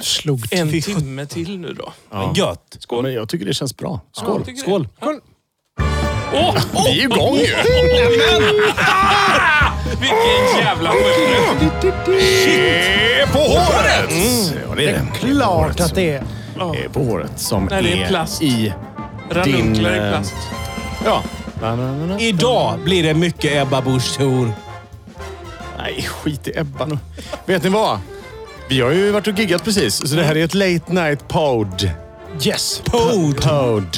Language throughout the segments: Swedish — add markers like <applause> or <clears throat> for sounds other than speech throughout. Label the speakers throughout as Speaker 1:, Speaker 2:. Speaker 1: Slog
Speaker 2: En
Speaker 1: till.
Speaker 2: timme till nu då.
Speaker 1: Ja.
Speaker 3: Gött!
Speaker 1: Ja, men jag tycker det känns bra.
Speaker 2: Ja,
Speaker 1: Skål!
Speaker 2: jag tycker det.
Speaker 1: Skål!
Speaker 2: Ja. Åh! åh,
Speaker 1: Vi är igång ju!
Speaker 2: vilken jävla skillnad!
Speaker 1: Är på håret! Mm. Ja, det är det.
Speaker 4: Klart att det är.
Speaker 1: Det är på håret som
Speaker 2: Nej, det är plast.
Speaker 1: i...
Speaker 2: Ranunklar
Speaker 1: Din,
Speaker 2: i
Speaker 1: eh,
Speaker 2: plast.
Speaker 1: Ja.
Speaker 3: Idag blir det mycket Ebba Busch Thor.
Speaker 1: Nej, skit i Ebba nu. Vet ni vad? Vi har ju varit och giggat precis, så det här är ett late night pod.
Speaker 4: Yes.
Speaker 3: Pod.
Speaker 1: Pod.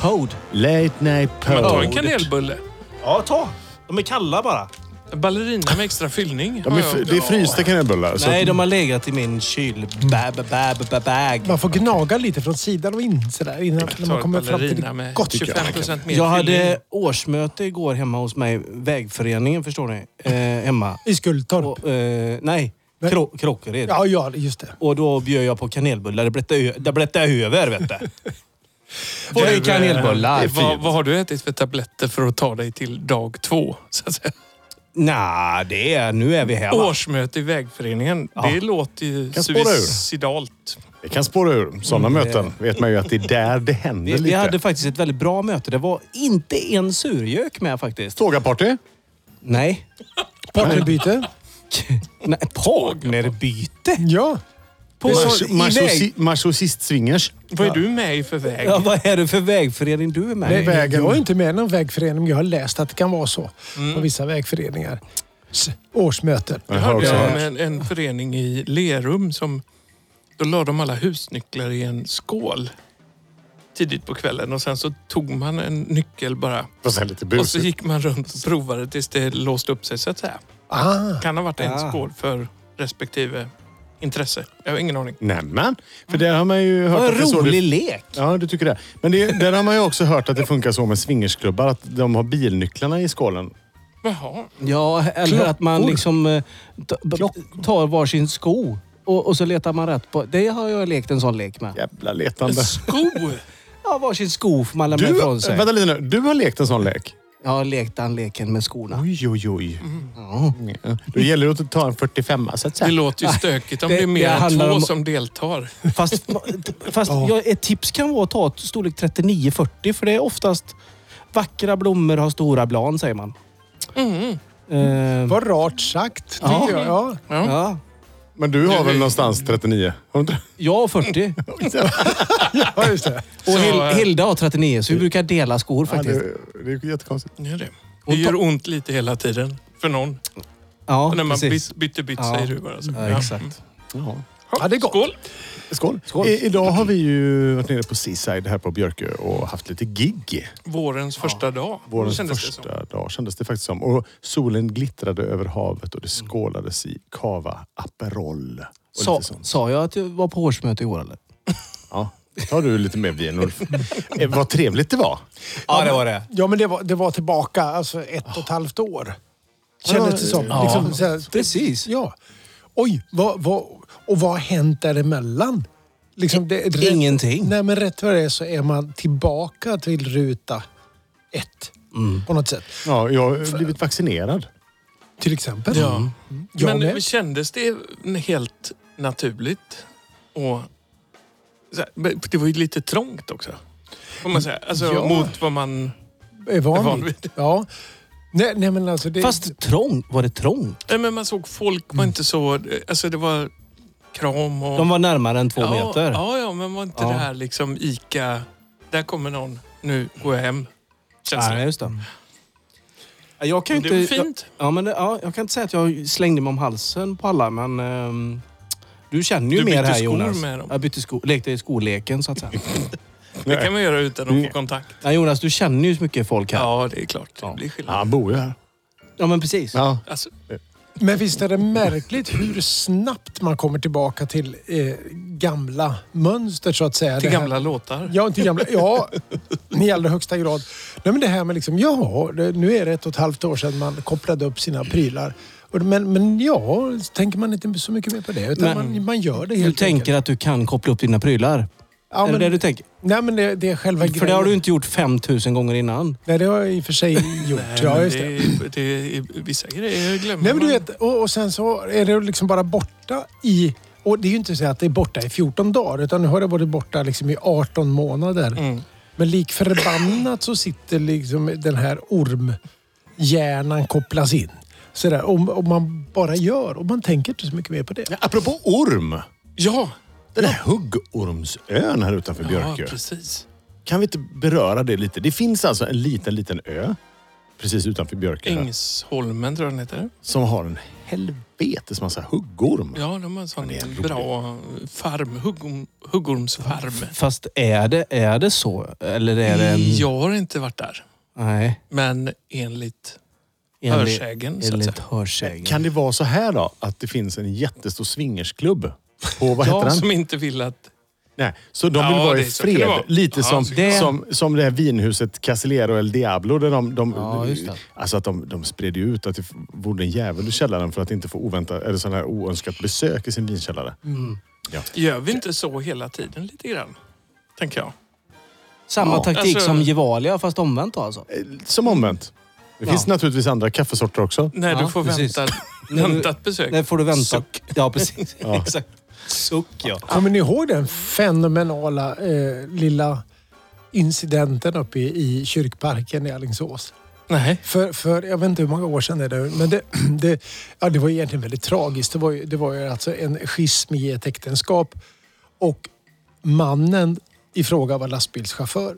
Speaker 3: Pod.
Speaker 1: Late night
Speaker 2: Men ta en
Speaker 1: pod.
Speaker 2: kanelbulle.
Speaker 4: Ja, ta. De är kalla bara.
Speaker 2: Ballerina med extra fyllning.
Speaker 1: De är, fr- det är frysta kanelbullar. Så
Speaker 3: Nej, de har legat i min kyl... Bag, bag, bag, bag.
Speaker 4: Man får gnaga lite från sidan och in sådär innan när man kommer fram till det
Speaker 2: med
Speaker 4: gott.
Speaker 2: 25 procent mer
Speaker 5: Jag
Speaker 2: fyllning.
Speaker 5: hade årsmöte igår hemma hos mig, vägföreningen förstår ni, eh, hemma.
Speaker 4: I Skultorp.
Speaker 5: Och, eh, nej,
Speaker 4: Nej.
Speaker 5: Kro- Krockered.
Speaker 4: Ja, ja, just det.
Speaker 5: Och då bjöd jag på kanelbullar. Det blättade ö- det blättade över vet du. Får
Speaker 2: Du,
Speaker 5: ju kanelbullar.
Speaker 2: eh, Vad, vad har du ätit för tabletter för att ta dig till dag två? Så att säga.
Speaker 5: Nej, det är... Nu är vi här va?
Speaker 2: Årsmöte i vägföreningen. Det låter ju
Speaker 1: Kan spåra ur.
Speaker 2: suicidalt.
Speaker 1: det kan spåra ur. Sådana möten vet man ju att det är där det händer
Speaker 5: Vi, vi
Speaker 1: lite.
Speaker 5: hade faktiskt ett väldigt bra möte. Det var inte en surgök med faktiskt.
Speaker 1: Tågaparty.
Speaker 5: Nej.
Speaker 4: Partnerbyte.
Speaker 5: Nej, partnerbyte?
Speaker 4: Ja.
Speaker 5: På,
Speaker 1: Mach-
Speaker 5: i väg.
Speaker 1: machosi- Machoist-swingers.
Speaker 2: Vad är du med i för väg?
Speaker 5: Ja, vad är det för vägförening du är med i?
Speaker 4: Nej,
Speaker 1: vägen.
Speaker 4: Jag är inte med i någon vägförening. Jag har läst att det kan vara så på vissa vägföreningar. S- Årsmöten.
Speaker 1: Jag har
Speaker 2: hörde
Speaker 1: också
Speaker 2: jag om
Speaker 1: hört.
Speaker 2: en, en förening i Lerum som... Då la de alla husnycklar i en skål tidigt på kvällen och sen så tog man en nyckel bara
Speaker 1: Fast det är lite
Speaker 2: och så
Speaker 1: busigt.
Speaker 2: gick man runt och provade tills det låste upp sig så att säga.
Speaker 4: Ah,
Speaker 2: Kan ha varit en
Speaker 5: Ah.
Speaker 2: skål för respektive intresse. Jag har ingen aning.
Speaker 1: Nämen! För där har man ju hört
Speaker 5: Vad
Speaker 1: att det är
Speaker 5: en
Speaker 1: så
Speaker 5: rolig
Speaker 1: det...
Speaker 5: lek.
Speaker 1: Ja, du tycker det. Men det, där har man ju också hört att det funkar så med swingersklubbar. Att de har bilnycklarna i skålen.
Speaker 2: Jaha.
Speaker 5: Ja, eller att man liksom eh, ta- b- tar varsin sko och, och så letar man rätt på. Det har jag lekt en sån lek med.
Speaker 1: Jävla letande.
Speaker 2: Sko!
Speaker 5: Ja, varsin sko får man lämna
Speaker 1: Du,
Speaker 5: ifrån sig.
Speaker 1: vänta lite nu. Du har lekt en sån lek?
Speaker 5: Jag har lekt den leken med skorna.
Speaker 1: Oj, oj, oj. Ja. Då gäller det att ta en 45 så att
Speaker 2: Det
Speaker 1: säga.
Speaker 2: låter
Speaker 5: <laughs>
Speaker 2: ju stökigt om det,
Speaker 5: det-
Speaker 2: är mer
Speaker 5: det
Speaker 2: än två
Speaker 5: handlar om-
Speaker 2: som deltar.
Speaker 5: Fast, fast jag, ett tips kan vara att ta ett storlek 39-40 för det är oftast vackra blommor har stora blan säger man. Eh,
Speaker 4: vad rart sagt.
Speaker 5: Ja.
Speaker 4: Ja. Ja.
Speaker 2: Ja.
Speaker 5: ja.
Speaker 1: Men du har väl någonstans 39? Har du inte
Speaker 5: Jag
Speaker 1: <laughs>
Speaker 5: har 40
Speaker 1: det?
Speaker 4: ja, just det.
Speaker 5: och
Speaker 2: Så, eh,
Speaker 5: Hil- Hilda har 39 så vi brukar dela skor
Speaker 1: Ja,
Speaker 5: faktiskt.
Speaker 1: det, det är jättekonstigt.
Speaker 2: Det, är det. det
Speaker 5: Och ta-
Speaker 2: gör ont lite hela tiden. För någon.
Speaker 5: Ja,
Speaker 2: När man
Speaker 5: precis.
Speaker 2: byt, bytte bytt
Speaker 5: Ja.
Speaker 2: säger du bara. Så.
Speaker 5: Ja, exakt.
Speaker 1: Ja.
Speaker 4: Ja, det är gott.
Speaker 2: Skål!
Speaker 1: Skål. I, idag har vi ju varit nere på Seaside här på Björkö och haft lite gig.
Speaker 2: Vårens första dag.
Speaker 1: Vårens
Speaker 2: kändes det som.
Speaker 1: första dag kändes det faktiskt som. Och solen glittrade över havet och det skålades i cava Aperol. Och
Speaker 5: Sa,
Speaker 1: lite sånt.
Speaker 5: sa jag att jag var på årsmöte igår eller?
Speaker 1: Ja, tar du lite mer vin
Speaker 2: <laughs>
Speaker 1: Ulf. Eh, Vad trevligt det var.
Speaker 5: Ja, det var det.
Speaker 4: Ja, men det var, det var tillbaka alltså ett och ett halvt år. Kändes det som.
Speaker 5: Ja.
Speaker 4: Liksom, så här,
Speaker 5: Precis.
Speaker 4: Ja. Oj, vad, vad, och vad har hänt däremellan? Liksom, det, rätt-
Speaker 5: Ingenting.
Speaker 4: Nej, men rätt vad det är så är man tillbaka till ruta ett. På något sätt.
Speaker 1: Ja, jag har blivit vaccinerad.
Speaker 4: Till exempel.
Speaker 2: Ja.
Speaker 1: Mm.
Speaker 2: Men
Speaker 4: Jag med.
Speaker 2: kändes det helt naturligt? Och, så här, men det var ju lite trångt också. Får man säga. Alltså
Speaker 4: Ja.
Speaker 2: mot vad man...
Speaker 4: Är
Speaker 2: är
Speaker 4: van
Speaker 2: van
Speaker 4: vid.
Speaker 2: vid.
Speaker 4: Ja. Nej, nej, men alltså det...
Speaker 5: Fast trång, var det trångt?
Speaker 2: Nej, men man såg folk var inte så... Alltså det var kram och...
Speaker 5: Mm. De var närmare än två
Speaker 2: ja,
Speaker 5: meter.
Speaker 2: Ja, ja, men var inte
Speaker 5: Ja.
Speaker 2: det här liksom Ica... Där kommer någon, nu går jag hem. Känns
Speaker 5: Nej,
Speaker 2: det.
Speaker 5: just det. Ja, Jag kan ju
Speaker 2: Det
Speaker 5: inte,
Speaker 2: var fint.
Speaker 5: Jag, ja, men, det- ja, jag kan inte säga att jag slängde mig om halsen på alla, men... ehm, du känner ju
Speaker 2: Du
Speaker 5: mer
Speaker 2: bytte
Speaker 5: här
Speaker 2: skor
Speaker 5: Jonas.
Speaker 2: med dem.
Speaker 5: Jag bytte skor, lekte i skoleken så att säga.
Speaker 2: Det kan man göra utan att få kontakt.
Speaker 5: Nej, Jonas, du känner ju så mycket folk här. Ja,
Speaker 2: Ja, det är klart. Det blir
Speaker 1: Ja,
Speaker 2: skillnad.
Speaker 1: han bor ju här.
Speaker 5: men precis.
Speaker 1: Ja.
Speaker 2: Alltså,
Speaker 4: Men visst är det märkligt hur snabbt man kommer tillbaka till eh, gamla mönster så att säga.
Speaker 2: till
Speaker 4: Det här-
Speaker 2: gamla låtar.
Speaker 4: Ja, till gamla, ja, i allra högsta grad. Nej, men det här med liksom, ja, det, nu är det ett och ett halvt år sedan man kopplade upp sina prylar. Och, men, men ja, så tänker man inte så mycket mer på det. Utan
Speaker 5: Men-
Speaker 4: man, man gör det
Speaker 5: Du
Speaker 4: helt
Speaker 5: tänker att du kan koppla upp dina prylar.
Speaker 4: Ja,
Speaker 5: är det
Speaker 4: men-
Speaker 5: det du tänker?
Speaker 4: Nej, men det, det är själva
Speaker 5: För
Speaker 4: grejen.
Speaker 5: det har du inte gjort 5000 gånger innan.
Speaker 4: Nej, det har jag i och för
Speaker 5: <laughs>
Speaker 4: sig gjort. ja,
Speaker 2: Eh, Men
Speaker 4: just det.
Speaker 2: är- det är, vissa grejer glömmer
Speaker 4: Nej, men du
Speaker 2: man.
Speaker 4: vet, och, och sen så är det liksom bara borta i Och det är ju inte så att det är borta i 14 dagar, utan nu har det varit borta liksom i 18 månader. Men lik förbannat så sitter liksom den här ormhjärnan kopplas in. Sådär, om, om man bara gör och man tänker inte så mycket mer på det.
Speaker 1: Ja, apropå orm.
Speaker 2: Ja,
Speaker 1: Den här huggormsön här utanför
Speaker 2: ja
Speaker 1: Björkö.
Speaker 2: precis.
Speaker 1: Kan vi inte beröra det lite? Det finns alltså en liten, liten ö precis utanför Björkö här,
Speaker 2: Ängsholmen tror jag den heter.
Speaker 1: som har en helvetes massa huggorm.
Speaker 2: Ja, de har en sån
Speaker 1: det är en rolig-
Speaker 2: bra farm, huggorm, huggormsfarm.
Speaker 5: Fast är det, är det så? Eller är det en...
Speaker 2: Jag har inte varit där,
Speaker 5: Nej.
Speaker 2: men enligt
Speaker 5: Enligt,
Speaker 2: hörsägen så att
Speaker 5: enligt
Speaker 2: säga.
Speaker 5: hörsägen.
Speaker 1: Kan det vara så här då, att det finns en jättestor swingersklubb på, vad heter
Speaker 2: Jag
Speaker 1: den?
Speaker 2: som inte vill att...
Speaker 1: Nej, så de vill
Speaker 2: Ja,
Speaker 1: vara i
Speaker 2: det- så kan det
Speaker 1: fred.
Speaker 2: vara.
Speaker 1: Lite
Speaker 2: Ja,
Speaker 1: som,
Speaker 2: så kan
Speaker 5: det vara.
Speaker 1: som, som det här vinhuset Casillero El Diablo. Där de, de,
Speaker 5: Ja, just det.
Speaker 1: Alltså att de, de spred ju ut att det bodde en djävul i källaren för att inte få oväntat, eller sån här oönskat besök i sin vinkällare.
Speaker 2: Mm. Gör vi inte så hela tiden lite grann? Tänker jag.
Speaker 5: Samma
Speaker 1: Ja.
Speaker 5: taktik
Speaker 2: Alltså-
Speaker 5: som Gevalia fast omvänt då alltså?
Speaker 1: Eh, Som omvänt. Det
Speaker 5: Ja.
Speaker 1: finns naturligtvis andra kaffesorter också.
Speaker 2: Nej,
Speaker 5: Ja,
Speaker 2: du får
Speaker 5: precis.
Speaker 2: vänta,
Speaker 5: Nej, men-
Speaker 2: väntat besök.
Speaker 5: När får du vänta?
Speaker 2: Suck.
Speaker 5: Ja, precis.
Speaker 1: Ja.
Speaker 5: Exakt. Suck ja.
Speaker 4: Kommer ni ihåg den fenomenala eh, lilla incidenten uppe i, i kyrkparken i Alingsås?
Speaker 2: Nej.
Speaker 4: För, för jag vet inte hur många år sedan är det men det, <clears throat> det, ja, det var ju egentligen väldigt tragiskt. Det var ju, det var ju alltså en schism i ett äktenskap och mannen i fråga var lastbilschaufför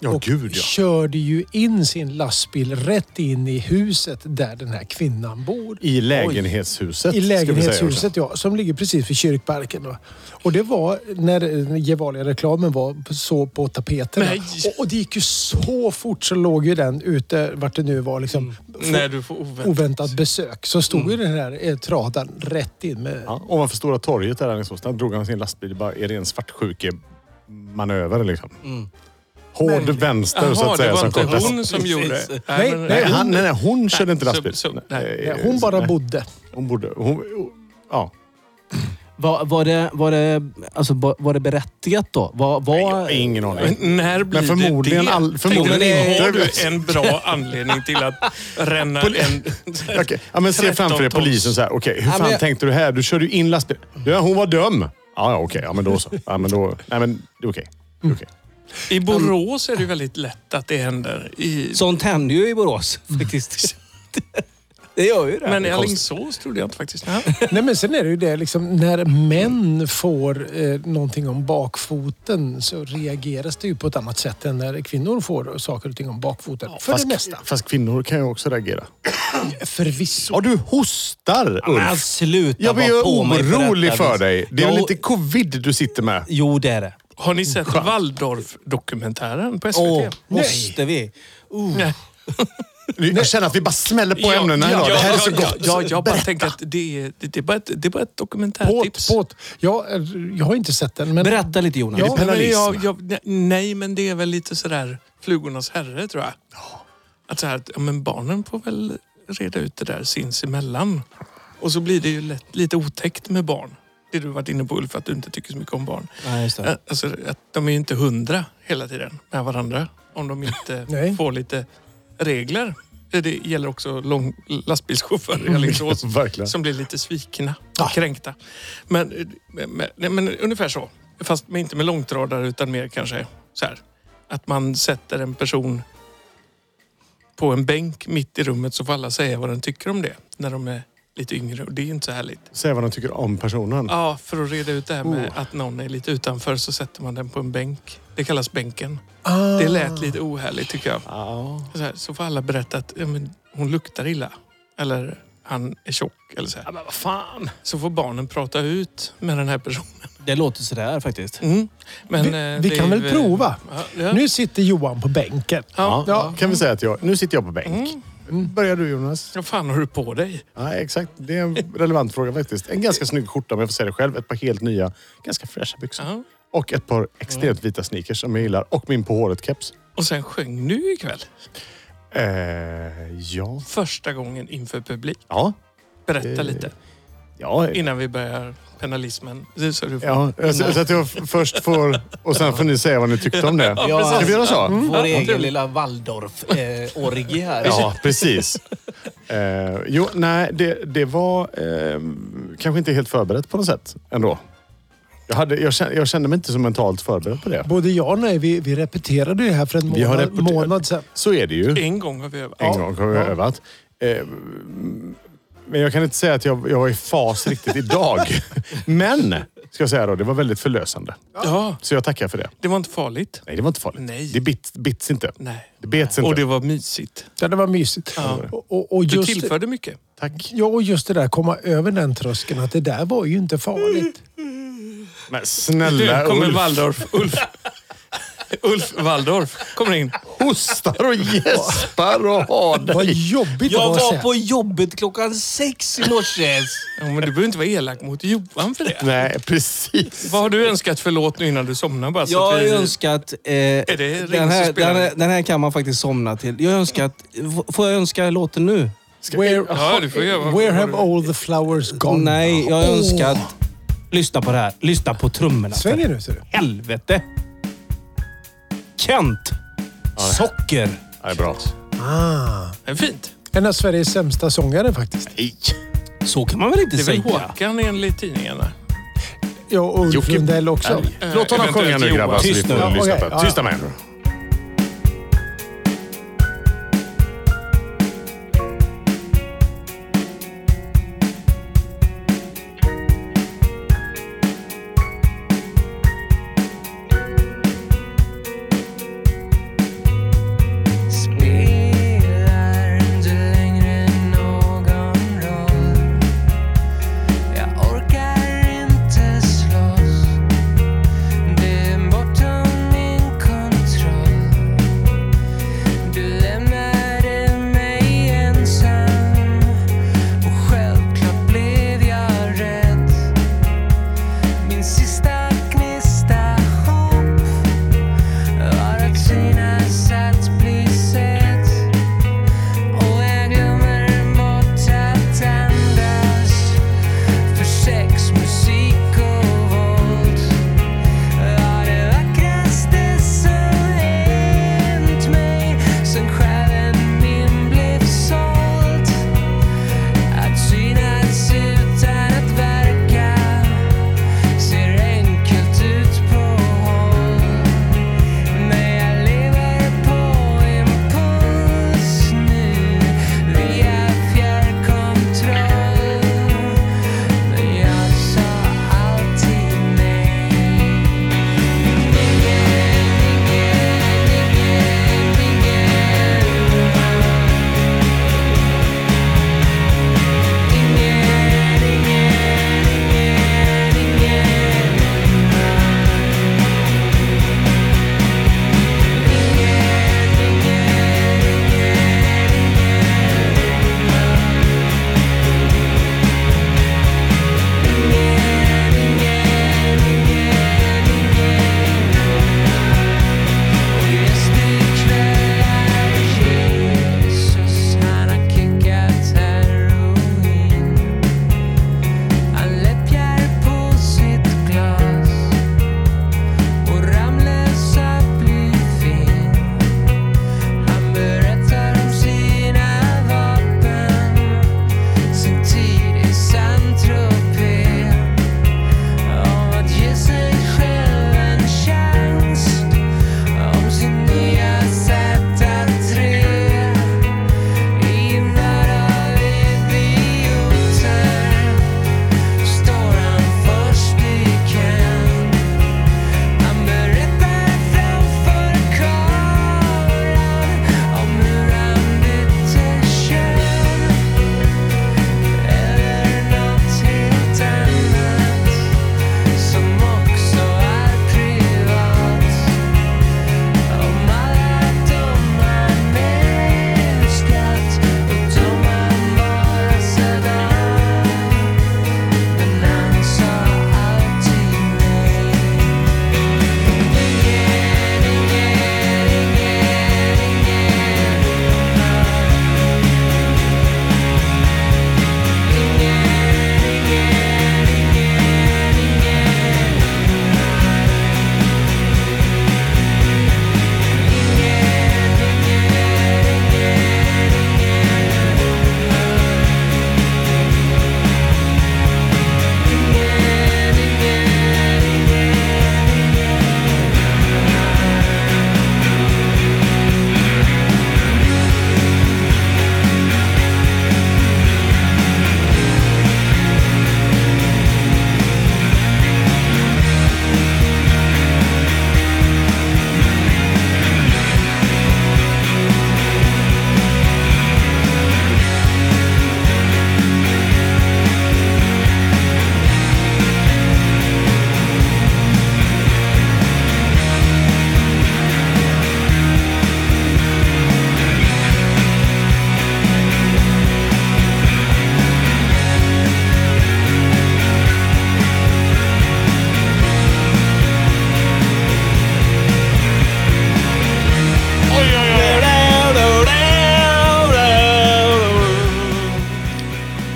Speaker 1: Ja,
Speaker 4: och körde ju in sin lastbil rätt in i huset där den här kvinnan bor.
Speaker 1: I lägenhetshuset.
Speaker 4: I
Speaker 1: ska vi säga
Speaker 4: lägenhetshuset, ja. Som ligger precis vid kyrkparken. Då. Och det var när Gevalia-reklamen var så på tapeterna.
Speaker 2: Nej.
Speaker 4: Och, och det gick ju så fort så låg ju den ute, vart det nu var, liksom, för
Speaker 1: Mm.
Speaker 2: När du får oväntat.
Speaker 4: oväntat besök. Så stod ju den här eh, tradan rätt in med...
Speaker 1: Ja, ovanför Stora torget där i Alingsås, där drog han sin lastbil. Det bara, är det en svartsjuke-manöver liksom?
Speaker 4: Mm.
Speaker 1: Hård
Speaker 4: Verkligen.
Speaker 1: vänster
Speaker 2: Jaha,
Speaker 1: så att
Speaker 2: det
Speaker 1: säga.
Speaker 2: var
Speaker 1: Som
Speaker 2: inte
Speaker 1: kortast.
Speaker 2: hon som gjorde
Speaker 5: Precis.
Speaker 2: det.
Speaker 4: Nej,
Speaker 2: men-
Speaker 1: Nej, han, nej, nej, hon körde inte
Speaker 2: så-
Speaker 1: lastbil.
Speaker 2: så- nej.
Speaker 1: Nej, eh,
Speaker 4: Hon bara
Speaker 1: nej.
Speaker 4: bodde.
Speaker 1: Hon borde... Hon, ja.
Speaker 5: Var, var, det, var, det, alltså, var, var det berättigat då? Var, var...
Speaker 1: Jag har ingen aning.
Speaker 2: Men när blir
Speaker 1: Men förmodligen
Speaker 2: det det?
Speaker 1: all- förmodligen
Speaker 2: Tänkte,
Speaker 1: inte.
Speaker 2: Har du en bra anledning till att ränna en...
Speaker 1: <laughs> Okej, Ja, men se
Speaker 2: 13
Speaker 1: framför dig
Speaker 2: tons.
Speaker 1: polisen så här. Okej, hur
Speaker 5: men
Speaker 1: fan
Speaker 5: jag-
Speaker 1: tänkte du här? Du körde ju in lastbil. Ja, hon var döm. Ja, ja, okej. Ja, men då så. Ja, men då... Nej, men det är okej. Det är okej.
Speaker 4: Mm.
Speaker 2: I Borås är det väldigt lätt att det händer. I,
Speaker 5: Sånt händer ju i Borås faktiskt. <laughs> det gör ju det.
Speaker 2: men i Alingsås trodde jag inte faktiskt. <laughs> Ja.
Speaker 4: Nej, men sen är det ju det, liksom, när män får eh, någonting om bakfoten så reageras det ju på ett annat sätt än när kvinnor får saker och ting om bakfoten. För det mesta.
Speaker 1: fast kvinnor kan ju också reagera.
Speaker 4: Förvisso.
Speaker 1: Ja, du hostar, Ulf.
Speaker 5: Men sluta
Speaker 1: jag blir
Speaker 5: vara
Speaker 1: ju
Speaker 5: på mig för
Speaker 1: orolig
Speaker 5: detta.
Speaker 1: för dig. Det är
Speaker 5: Jo,
Speaker 1: lite covid du sitter med.
Speaker 5: Jo, det är det.
Speaker 2: Har ni sett Waldorf-dokumentären på SVT?
Speaker 5: Åh, måste vi?
Speaker 2: Nej.
Speaker 1: Jag känner att vi bara smäller på ämnena
Speaker 2: ja,
Speaker 1: idag.
Speaker 2: ja,
Speaker 1: det här är så
Speaker 2: ja,
Speaker 1: gott.
Speaker 2: Ja, jag bara tänker att det är, det, det är, bara, ett, det är bara ett dokumentärtips.
Speaker 4: Båt, båt. Jag, eh, jag har inte sett den. Men
Speaker 5: Berätta lite Jonas.
Speaker 1: Ja.
Speaker 2: Nej, men
Speaker 1: Penalism.
Speaker 2: jag, jag, ne- nej, men det är väl lite sådär flugornas herre, tror jag. Att så här, att, ja, men barnen får väl reda ut det där sinsemellan. Och så blir det ju lätt, lite otäckt med barn. Det du varit inne på Ulf, att du inte tycker så mycket om barn.
Speaker 5: Nej, just det.
Speaker 2: Ä- Alltså, att de är ju inte hundra hela tiden med varandra. Om de inte
Speaker 4: Nej.
Speaker 2: får lite regler. Det gäller också lång, lastbilschaufförer
Speaker 1: <laughs>
Speaker 2: i Alingsås. <laughs>
Speaker 1: Verkligen.
Speaker 2: Som blir lite svikna och kränkta. Men, men, men, men ungefär så. Fast med, inte med långtradare utan mer kanske så här. Att man sätter en person på en bänk mitt i rummet så får alla säga vad de tycker om det. När de är lite yngre och det är ju inte så härligt.
Speaker 1: Säg vad de tycker om personen.
Speaker 2: Ja, för att reda ut det här med att någon är lite utanför så sätter man den på en bänk. Det kallas bänken. Det lät lite ohärligt tycker jag. Så, här, så får alla berätta att ja, men, hon luktar illa. Eller han är tjock. Eller så, här.
Speaker 1: men vad fan.
Speaker 2: så får barnen prata ut med den här personen.
Speaker 5: Det låter sådär faktiskt.
Speaker 2: Mm. Men,
Speaker 4: vi,
Speaker 2: eh,
Speaker 4: vi
Speaker 2: det
Speaker 4: kan
Speaker 2: är
Speaker 4: väl
Speaker 2: ju, eh,
Speaker 4: prova.
Speaker 2: Ja, ja.
Speaker 4: Nu sitter Johan på bänken.
Speaker 1: Ja.
Speaker 2: Ja.
Speaker 1: Kan vi säga att jag... Nu sitter jag på bänk. Börjar du Jonas?
Speaker 2: Vad fan har du på dig?
Speaker 1: Ja, exakt. Det är en relevant fråga faktiskt. En ganska snygg skjorta om jag får säga det själv. Ett par helt nya, ganska fräscha byxor.
Speaker 2: Ja.
Speaker 1: Och ett par extremt vita sneakers som jag gillar. Och min på håret-keps.
Speaker 2: Och sen sjöng du ikväll.
Speaker 1: Eh, ja.
Speaker 2: Första gången inför publik.
Speaker 1: Ja.
Speaker 2: Berätta
Speaker 1: Eh,
Speaker 2: lite
Speaker 1: Ja,
Speaker 2: innan vi börjar penalismen. Så du får...
Speaker 1: ja. Så, så att jag f- först får... Och sen får ni säga vad ni tyckte om det.
Speaker 5: Ja,
Speaker 1: Ska vi göra så?
Speaker 2: Mm.
Speaker 5: Vår egen lilla
Speaker 2: <laughs>
Speaker 5: Waldorf-orgie här.
Speaker 1: Ja, precis. Eh, jo, nej, det, det var... Eh, kanske inte helt förberett på något sätt ändå. Jag, hade, jag, kände, jag kände mig inte så mentalt förberedd på det.
Speaker 4: Både jag och nej, vi, vi repeterade det här för en
Speaker 1: Vi har
Speaker 4: månad,
Speaker 1: repeterat-
Speaker 4: månad sedan.
Speaker 1: Så är det ju.
Speaker 2: En gång har vi övat.
Speaker 1: En gång har vi övat. Eh, Men jag kan inte säga att jag, jag var i fas riktigt
Speaker 2: <laughs>
Speaker 1: idag. Men, ska jag säga då, det var väldigt förlösande.
Speaker 2: Ja,
Speaker 1: Så jag tackar för det.
Speaker 2: det var inte farligt.
Speaker 1: Nej, det var inte farligt.
Speaker 2: Nej.
Speaker 1: Det bit, bits inte.
Speaker 2: Nej.
Speaker 1: Det bets inte.
Speaker 2: Och det var mysigt.
Speaker 4: Ja, det var mysigt. Och, och, och
Speaker 2: Du
Speaker 4: just,
Speaker 2: tillförde mycket.
Speaker 1: Tack.
Speaker 4: ja, och just det där, komma över den tröskeln att det där var ju inte farligt.
Speaker 1: Men
Speaker 2: Du
Speaker 1: snälla
Speaker 2: kommer
Speaker 1: Ulf.
Speaker 2: Waldorf. Ulf. Ulf Waldorf kommer in.
Speaker 1: Hostar och gäspar och har
Speaker 4: Vad
Speaker 1: dig.
Speaker 4: jobbigt det
Speaker 5: Jag
Speaker 4: var att säga.
Speaker 5: var på jobbet klockan sex i morse.
Speaker 2: Ja, men du behöver inte vara elak mot Johan för det.
Speaker 1: Nej, precis.
Speaker 2: Vad har du önskat för låt nu innan du somnar? Bara, så
Speaker 5: Jag
Speaker 2: att
Speaker 5: har
Speaker 2: vi-
Speaker 5: önskat... Eh,
Speaker 2: det Ring
Speaker 5: den,
Speaker 2: som
Speaker 5: här,
Speaker 2: spelar?
Speaker 5: den, här, den här kan man faktiskt somna till. Jag har önskat... f- Får jag önska låten nu?
Speaker 4: Where,
Speaker 2: Ja, du får göra vad-
Speaker 4: where have all the flowers gone?
Speaker 5: Nej, jag har
Speaker 4: Åh,
Speaker 5: önskat... Lyssna på det här. Lyssna på trummorna.
Speaker 4: Svänger nu ser du.
Speaker 5: Helvete! Kent! Socker!
Speaker 1: Ja, det är bra.
Speaker 4: Ah.
Speaker 2: Det är fint.
Speaker 4: En av Sveriges sämsta sångare faktiskt.
Speaker 1: Nej.
Speaker 5: Så kan man väl inte
Speaker 2: Det är väl
Speaker 5: säga?
Speaker 2: Håkan enligt tidningarna?
Speaker 4: Ja, och Ulf
Speaker 1: Jocke
Speaker 4: Lundell också.
Speaker 1: Låt honom
Speaker 2: Eventuellt
Speaker 1: sjunga nu
Speaker 2: Johan.
Speaker 1: grabbar. så vi
Speaker 5: Tyst
Speaker 1: får
Speaker 5: nu.
Speaker 1: lyssna
Speaker 4: Okej,
Speaker 1: på det.
Speaker 4: ja,
Speaker 1: Tysta
Speaker 4: ja.
Speaker 1: med er nu.
Speaker 6: Spelar inte längre någon roll Jag orkar inte slåss Det är bortom min kontroll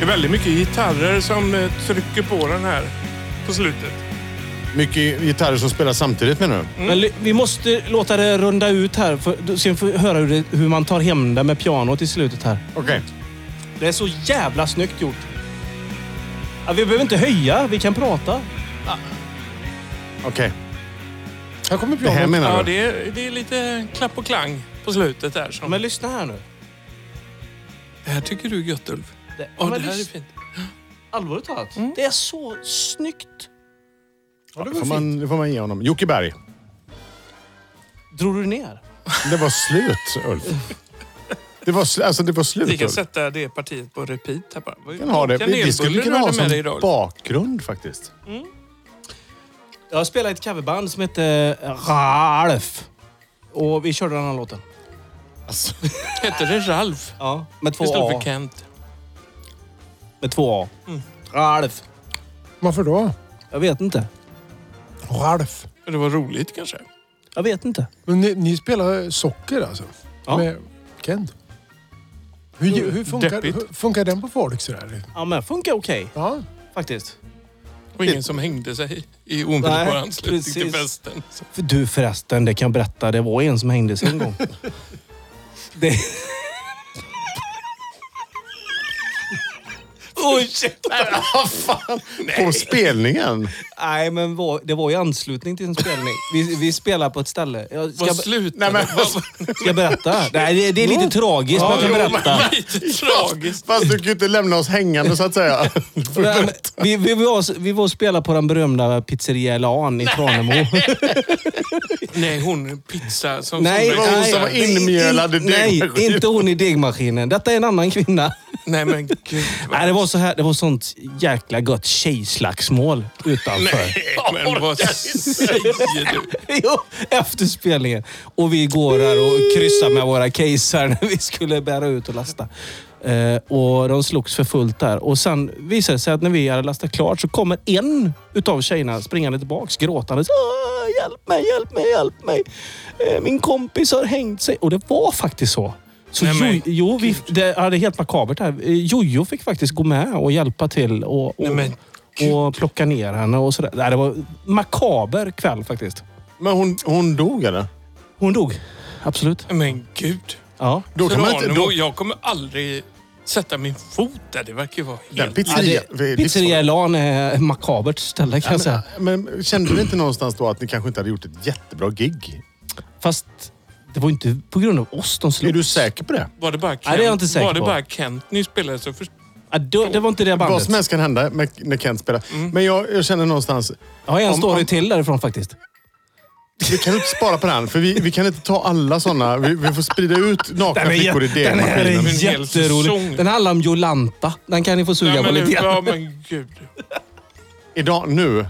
Speaker 2: är mycket gitarrer som eh, trycker på den här på slutet.
Speaker 1: Mycket gitarrer som spelar samtidigt menar du?
Speaker 5: Mm. Men li- vi måste låta det runda ut här. För, då- sen får vi höra hur, det, hur man tar hem det med pianot i slutet här.
Speaker 1: Okej.
Speaker 5: Det är så jävla snyggt gjort. Ja, vi behöver inte höja, vi kan prata.
Speaker 1: Okej.
Speaker 4: Här kommer
Speaker 1: Det här
Speaker 4: pianot.
Speaker 1: menar
Speaker 2: Ja,
Speaker 1: du?
Speaker 2: det är, det är lite klapp och klang på slutet där. Som...
Speaker 5: Men lyssna här nu.
Speaker 2: det här tycker du är gött, Ulf.
Speaker 5: Det,
Speaker 2: Ja,
Speaker 5: men
Speaker 2: det här är
Speaker 5: lys-
Speaker 2: fint.
Speaker 5: Allvarligt talat. Det är så snyggt.
Speaker 4: Ja, det
Speaker 1: Det får,
Speaker 4: var fint.
Speaker 1: man, det får man ge honom. Jocke Berg.
Speaker 5: Drog du ner?
Speaker 1: Det var slut, Ulf. Det var, sl- alltså, det var
Speaker 2: Vi
Speaker 1: slut,
Speaker 2: kan
Speaker 1: Ulf.
Speaker 2: sätta det partiet på repeat här bara. Vad-
Speaker 1: Vi kan ha det.
Speaker 2: vilka
Speaker 1: Det skulle vi
Speaker 2: kanelbullar
Speaker 1: kunna
Speaker 2: du
Speaker 1: ha
Speaker 2: hade med dig
Speaker 1: som
Speaker 2: idag?
Speaker 1: bakgrund faktiskt.
Speaker 5: Jag spelade i ett coverband som hette Ralf. Och vi körde den här låten.
Speaker 1: Alltså,
Speaker 2: Hette det Ralf
Speaker 5: Ja, med två
Speaker 2: istället
Speaker 5: A.
Speaker 2: för Mm. Kent?
Speaker 5: Med två A. Ralf.
Speaker 4: Varför då?
Speaker 5: Jag vet inte.
Speaker 4: Ralf.
Speaker 2: För det var roligt kanske.
Speaker 5: Jag vet inte.
Speaker 4: Men ni, ni spelar socker alltså?
Speaker 5: Ja.
Speaker 4: Med Kent? Hur, hur, funkar,
Speaker 2: Deppigt.
Speaker 4: hur funkar den på folk sådär?
Speaker 5: Ja, men funkar okej
Speaker 4: Ja.
Speaker 5: faktiskt.
Speaker 2: Och ingen som hängde sig i omedelbar
Speaker 5: Nej,
Speaker 2: anslutning till
Speaker 5: precis.
Speaker 2: festen.
Speaker 5: För du förresten, det kan jag berätta. Det var en som hängde sig en gång. det... <laughs> Oj, shit!
Speaker 1: på spelningen.
Speaker 5: Nej, men var, det var i anslutning till en spelning. Vi, vi spelar på ett ställe. Jag ska,
Speaker 2: Vad
Speaker 5: be-
Speaker 1: Nej,
Speaker 2: slutade
Speaker 1: men,
Speaker 2: det?
Speaker 1: alltså,
Speaker 5: ska jag berätta? Nej, det, det är lite tragiskt, men jag kan berätta.
Speaker 2: Lite tragiskt.
Speaker 1: fast du kan ju inte lämna oss hängande så att säga.
Speaker 5: Nej, men Vi, vi, var, vi var och spelade på den berömda pizzeria Elan i Tranemo.
Speaker 2: Nej, hon pizza som...
Speaker 5: Nej,
Speaker 1: Det var hon
Speaker 5: nej.
Speaker 1: som var inmjölad i
Speaker 5: Nej,
Speaker 1: degmaskinen.
Speaker 5: inte hon i degmaskinen. Detta är en annan kvinna.
Speaker 2: Nej, men gud. vad-
Speaker 5: Nej, det var så här. Det var sånt jäkla gött tjejslagsmål utanför.
Speaker 1: <laughs>
Speaker 2: Men vad säger du?
Speaker 5: <laughs> jo, efter spelningen. Och vi går där och kryssar med våra caser när vi skulle bära ut och lasta. Eh, och de slogs för fullt där. Och sen visade det sig att när vi hade lastat klart så kommer en utav tjejerna springande tillbaks gråtandes. "Åh, Hjälp mig, hjälp mig, hjälp mig. Eh, min kompis har hängt sig. Och det var faktiskt så. Så
Speaker 2: Nej, men-
Speaker 5: jo, jo, vi, det, ja, det är helt makabert här. Eh, Jojo fick faktiskt gå med och hjälpa till och, och,
Speaker 2: Nej, men
Speaker 5: och plocka ner henne och sådär. Nej, Det var makaber kväll faktiskt.
Speaker 1: Men hon, hon dog eller?
Speaker 5: Hon dog. Absolut.
Speaker 2: Men gud.
Speaker 5: Ja.
Speaker 1: Då kan man inte...
Speaker 2: Tranemo,
Speaker 1: Då,
Speaker 2: jag kommer aldrig sätta min fot där. Det verkar ju vara helt...
Speaker 1: den pizzeria... det är
Speaker 5: Pizzeria Elan är ett makabert ställe kan jag säga.
Speaker 1: Men kände du inte någonstans då att ni kanske inte hade gjort ett jättebra gig?
Speaker 5: Fast det var inte på grund av oss de
Speaker 1: Är
Speaker 5: slog.
Speaker 1: du säker på det?
Speaker 2: Var det bara Kent,
Speaker 5: Nej, det är jag inte säker
Speaker 2: var det
Speaker 5: på.
Speaker 2: bara Kent ni spelade så förstår
Speaker 5: Ja, då- det var inte det
Speaker 1: Vad som
Speaker 5: bandet.
Speaker 1: helst kan hända med, när Kent spelar. Men jag, jag känner någonstans...
Speaker 5: Jag har en
Speaker 1: Om-
Speaker 5: story
Speaker 1: om-
Speaker 5: till därifrån faktiskt.
Speaker 1: Vi kan inte spara på den, för vi, vi kan inte ta alla sådana. Vi, vi får sprida ut nakna
Speaker 5: Den är,
Speaker 1: flickor i
Speaker 5: jä- den här
Speaker 1: degmaskinen.
Speaker 5: är
Speaker 2: hel säsong.
Speaker 5: jätterolig. Den handlar om Jolanta. Den kan ni få suga
Speaker 2: Nej,
Speaker 5: på
Speaker 2: men,
Speaker 5: lite
Speaker 2: det- ja,
Speaker 5: grann.
Speaker 2: men gud.
Speaker 1: Idag, nu.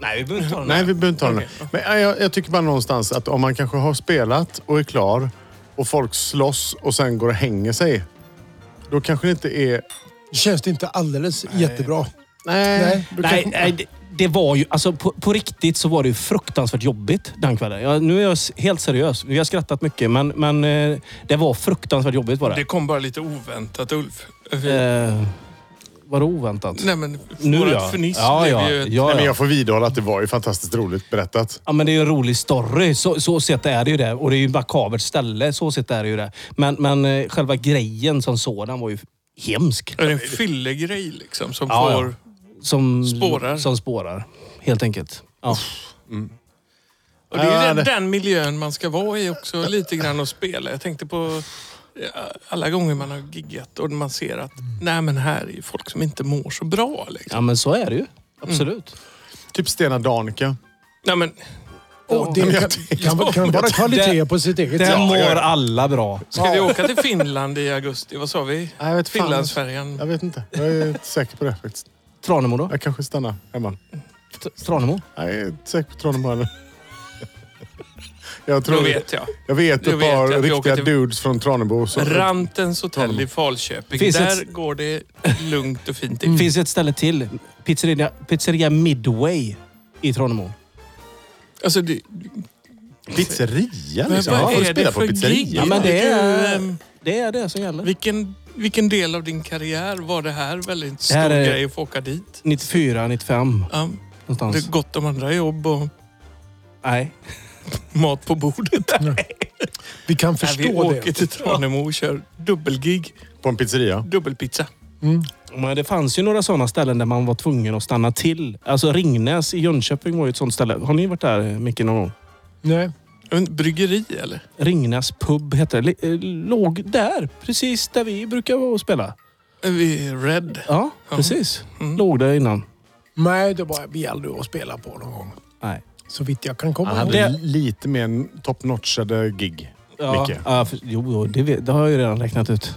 Speaker 5: Nej, vi behöver inte ta den.
Speaker 1: Nej, vi behöver inte ta den. Men äh, jag, jag tycker bara någonstans att om man kanske har spelat och är klar och folk slåss och sen går och hänger sig. Då kanske det inte är...
Speaker 4: Känns det inte alldeles jättebra?
Speaker 1: Nej.
Speaker 4: Nej.
Speaker 1: då
Speaker 5: Nej,
Speaker 1: kanske-
Speaker 5: nej, det- det var ju, alltså på, på riktigt så var det ju fruktansvärt jobbigt den kvällen. Jag, nu är jag s- helt seriös. Vi har skrattat mycket, men, men eh, det var fruktansvärt jobbigt var det.
Speaker 2: Det kom bara lite oväntat, Ulf.
Speaker 5: Eh, var det oväntat?
Speaker 2: Nej, men
Speaker 5: nu
Speaker 2: vårat
Speaker 5: ja.
Speaker 2: förniss
Speaker 5: ja,
Speaker 2: blev
Speaker 5: ja,
Speaker 2: ju... ett-
Speaker 5: ja,
Speaker 1: Nej, men
Speaker 5: ja.
Speaker 1: jag får vidhålla att det var ju fantastiskt roligt berättat.
Speaker 5: ja, men det är ju en rolig story. Så, så sett är det ju det. Och det är ju ett makabert ställe. Så sett är det ju det. Men, men eh, själva grejen som sådan var ju hemsk.
Speaker 2: Är det en fyllegrej liksom som
Speaker 5: Ja,
Speaker 2: får...
Speaker 5: Som
Speaker 2: Spårar.
Speaker 5: Som spårar. Helt enkelt. Ja.
Speaker 2: Och det är ju
Speaker 1: Ja,
Speaker 2: den,
Speaker 1: det-
Speaker 2: den miljön man ska vara i också lite grann och spela. Jag tänkte på eh, alla gånger man har giggat och man ser att nej men här är ju folk som inte mår så bra. Liksom.
Speaker 5: ja, men så är det ju. Absolut.
Speaker 2: Mm.
Speaker 1: Typ Stena Danica.
Speaker 2: Nej, men, <laughs>
Speaker 4: Och det kan, kan, kan, kan vara kvalitet på sitt eget
Speaker 5: Den
Speaker 4: sätt.
Speaker 5: mår alla bra.
Speaker 2: ska vi åka till Finland i augusti? Vad sa vi?
Speaker 1: Nej, jag vet fan.
Speaker 2: Finlandsfärjan.
Speaker 1: Jag vet inte. Jag är inte säker på det faktiskt.
Speaker 5: Tranemo då?
Speaker 1: Jag kanske stannar hemma.
Speaker 5: T- Tranemo?
Speaker 1: Jag är inte säker på Trondheim heller. Jag,
Speaker 2: Då
Speaker 1: tror,
Speaker 2: vet jag.
Speaker 1: jag vet
Speaker 2: Då
Speaker 1: ett
Speaker 2: vet jag att
Speaker 1: par
Speaker 2: vi åker
Speaker 1: riktiga
Speaker 2: till-
Speaker 1: dudes från Tranebo. Som,
Speaker 2: Rantens hotell i Falköping.
Speaker 5: Finns
Speaker 2: Där
Speaker 5: ett- Mm.
Speaker 2: går det lugnt och fint.
Speaker 5: Det finns ett ställe till. Pizzeria, pizzeria Midway i Tranemo.
Speaker 2: Alltså, det,
Speaker 1: pizzeria
Speaker 2: men
Speaker 1: liksom.
Speaker 2: vad
Speaker 1: Varför
Speaker 2: är det
Speaker 1: spela på
Speaker 2: för gig?
Speaker 1: pizzeria?
Speaker 5: Ja, men det är-
Speaker 2: Du, ehm,
Speaker 5: Det är det som gäller.
Speaker 2: Vilken, vilken del av din karriär var det här väldigt stor
Speaker 5: Det här är-
Speaker 2: grej att få åka dit?
Speaker 5: 94, 95
Speaker 2: Ja,
Speaker 5: någonstans.
Speaker 4: Alltså-
Speaker 2: det är gott om andra jobb och
Speaker 5: Nej.
Speaker 2: mat på bordet.
Speaker 4: Vi kan
Speaker 2: Nej, vi
Speaker 4: förstå
Speaker 2: åker
Speaker 4: det.
Speaker 2: till Tranemo och kör dubbelgig,
Speaker 1: På en pizzeria.
Speaker 2: dubbelpizza.
Speaker 5: Men det fanns ju några sådana ställen där man var tvungen att stanna till. Alltså Ringnäs i Jönköping var ju ett sånt ställe. Har ni varit där mycket någon gång?
Speaker 4: Nej.
Speaker 2: Jag vet inte, Bryggeri eller?
Speaker 5: Ringnäs pub hette det. Li- eh, Låg där, precis där vi brukar vara och spela.
Speaker 2: Är Vi Red.
Speaker 5: Ja, precis.
Speaker 1: Mm.
Speaker 5: Låg där innan.
Speaker 4: Nej, det var vi aldrig att spela på någon gång.
Speaker 5: Nej.
Speaker 4: Så vitt jag kan komma
Speaker 1: Han
Speaker 4: ihåg.
Speaker 1: hade
Speaker 5: Det-
Speaker 1: li- lite mer top-notchade gig.
Speaker 5: Ja,
Speaker 1: Micke.
Speaker 5: ja, för, jo, jo, det, vet- det har jag ju redan räknat ut.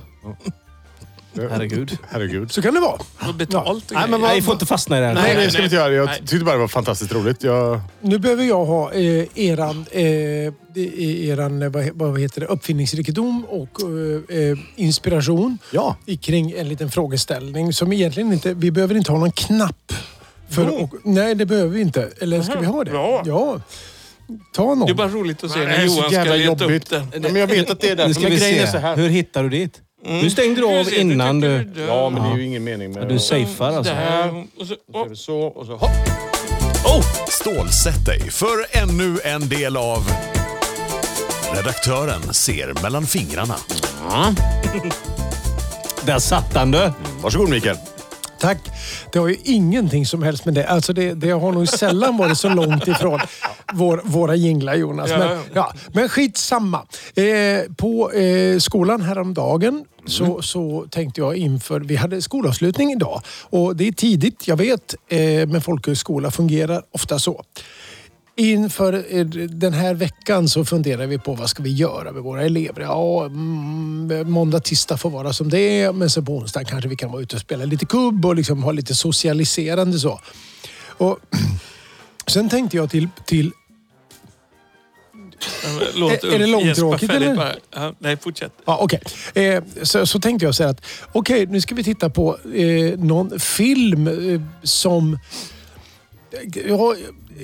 Speaker 1: Det-
Speaker 5: Herregud.
Speaker 1: Herregud.
Speaker 4: Så kan det vara.
Speaker 2: Och betalt och
Speaker 1: Nej,
Speaker 2: grejer.
Speaker 1: men
Speaker 5: Nej,
Speaker 1: vad-
Speaker 5: vi får inte fastna i det här.
Speaker 1: Nej, det ska vi
Speaker 2: nej.
Speaker 1: inte göra. Jag
Speaker 2: Nej.
Speaker 1: tyckte bara det var fantastiskt roligt. Jag...
Speaker 4: Nu behöver jag ha eh, eran, eh, de- eran eh, vad, he- vad heter det, uppfinningsrikedom och eh, eh, inspiration
Speaker 1: Ja.
Speaker 4: i- kring en liten frågeställning som egentligen inte... Vi behöver inte ha någon knapp. För,
Speaker 2: Oh.
Speaker 4: och, nej, det behöver vi inte. Eller ska vi ha det?
Speaker 2: Ja.
Speaker 4: Ta någon.
Speaker 2: Det är bara roligt att se
Speaker 1: Det
Speaker 2: när
Speaker 1: är så
Speaker 2: Johan ska
Speaker 1: jävla
Speaker 2: leta upp
Speaker 1: jobbigt.
Speaker 2: den.
Speaker 1: Ja, men jag vet att det är
Speaker 5: Nu
Speaker 1: därför.
Speaker 5: ska
Speaker 1: Men
Speaker 5: vi
Speaker 1: grejen är
Speaker 5: se.
Speaker 1: så här.
Speaker 5: Hur hittar du dit? Nu stängde du
Speaker 2: Du
Speaker 5: av
Speaker 2: ser, du
Speaker 5: innan
Speaker 2: tycker
Speaker 5: du...
Speaker 2: dör.
Speaker 1: Ja, men det är ju ingen mening med
Speaker 5: Du safear
Speaker 2: Det
Speaker 5: alltså.
Speaker 2: här och så...
Speaker 1: Så
Speaker 2: Åh,
Speaker 1: är det Så och så. Hopp!
Speaker 7: Oh, Stålsätt dig för ännu en del av Redaktören ser mellan fingrarna.
Speaker 5: Där satt han du!
Speaker 1: Varsågod Mikael.
Speaker 4: Tack. Det har ju ingenting som helst med det. Alltså det, det har nog sällan varit så långt ifrån vår, våra jinglar Jonas.
Speaker 2: Ja, ja.
Speaker 4: Men, ja, men skitsamma. Eh, på eh, skolan häromdagen
Speaker 2: Mm.
Speaker 4: så, så tänkte jag inför... Vi hade skolavslutning idag. Och det är tidigt, jag vet. Eh, men folkhögskola fungerar ofta så. Inför eh, den här veckan så funderar vi på vad ska vi göra med våra elever. Ja, mm, måndag, tisdag får vara som det är, men sen på onsdag kanske vi kan vara ute och spela lite kubb och liksom ha lite socialiserande så. Och <clears throat> sen tänkte jag till, till
Speaker 2: låt
Speaker 4: Är- är det
Speaker 2: Ulf
Speaker 4: långtråkigt,
Speaker 2: gäspa färdigt
Speaker 4: eller?
Speaker 2: bara. Ja, nej, fortsätt.
Speaker 4: Ja, okej. Eh, så, så tänkte jag så här att okej, nu ska vi titta på eh, någon film eh, som... eh, Ja,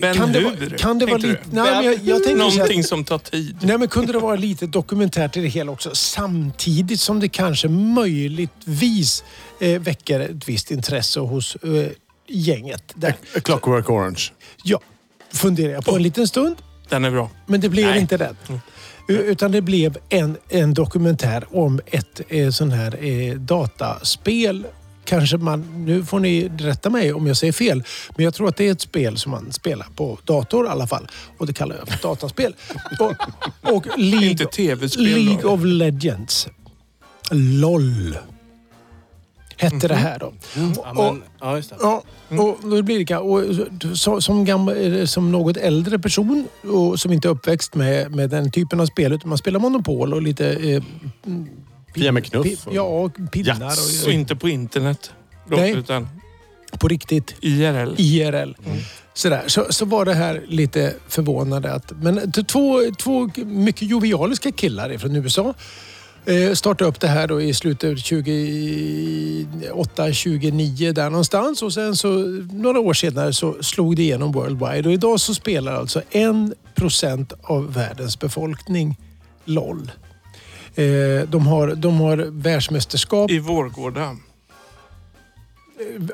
Speaker 2: Ben
Speaker 4: kan, det,
Speaker 2: Hur,
Speaker 4: vara- kan det vara
Speaker 2: tänkte
Speaker 4: lite...
Speaker 2: du?
Speaker 4: Nej, men jag, jag tänkte så här,
Speaker 2: Någonting som tar tid.
Speaker 4: Nej, men kunde det vara lite dokumentärt i det hela också? Samtidigt som det kanske möjligtvis eh, väcker ett visst intresse hos eh, gänget. Där.
Speaker 1: A Clockwork Orange.
Speaker 4: Ja, funderar jag på en liten stund.
Speaker 2: Den är bra.
Speaker 4: Men det blev inte den.
Speaker 2: Mm.
Speaker 4: U- Utan det blev en, en dokumentär om ett eh, sån här eh, dataspel. Kanske man, nu får ni rätta mig om jag säger fel, men jag tror att det är ett spel som man spelar på dator i alla fall. Och det kallar jag för dataspel.
Speaker 2: <laughs>
Speaker 4: och, och League,
Speaker 2: Inte TV-spel då.
Speaker 4: League of Legends. LOL. Hette
Speaker 2: Mhm.
Speaker 4: det här då.
Speaker 2: Mm.
Speaker 5: Ja,
Speaker 4: Och-
Speaker 5: men, ja, just det.
Speaker 4: Ja,
Speaker 1: Mm.
Speaker 4: och då blir det ka- och så, som, gam, eh, som något äldre person och som inte är uppväxt med, med den typen av spel. Utan man spelar Monopol och lite... Eh,
Speaker 1: Pia med knuff.
Speaker 4: pi- ja, och pinnar.
Speaker 1: Jazz.
Speaker 2: Och
Speaker 4: Och,
Speaker 2: inte på internet. Då,
Speaker 4: Nej.
Speaker 2: Utan
Speaker 4: på riktigt.
Speaker 2: IRL.
Speaker 4: IRL.
Speaker 2: Mm.
Speaker 4: Sådär. Så, så var det här lite förvånande. Att, men t- två, två mycket jovialiska killar från USA eh, startade upp det här då i slutet av 28, 29 där någonstans. Och sen så några år senare så slog det igenom worldwide. Och idag så spelar alltså 1% av världens befolkning LOL. Eh, de, har, de har världsmästerskap
Speaker 2: I Vårgårda.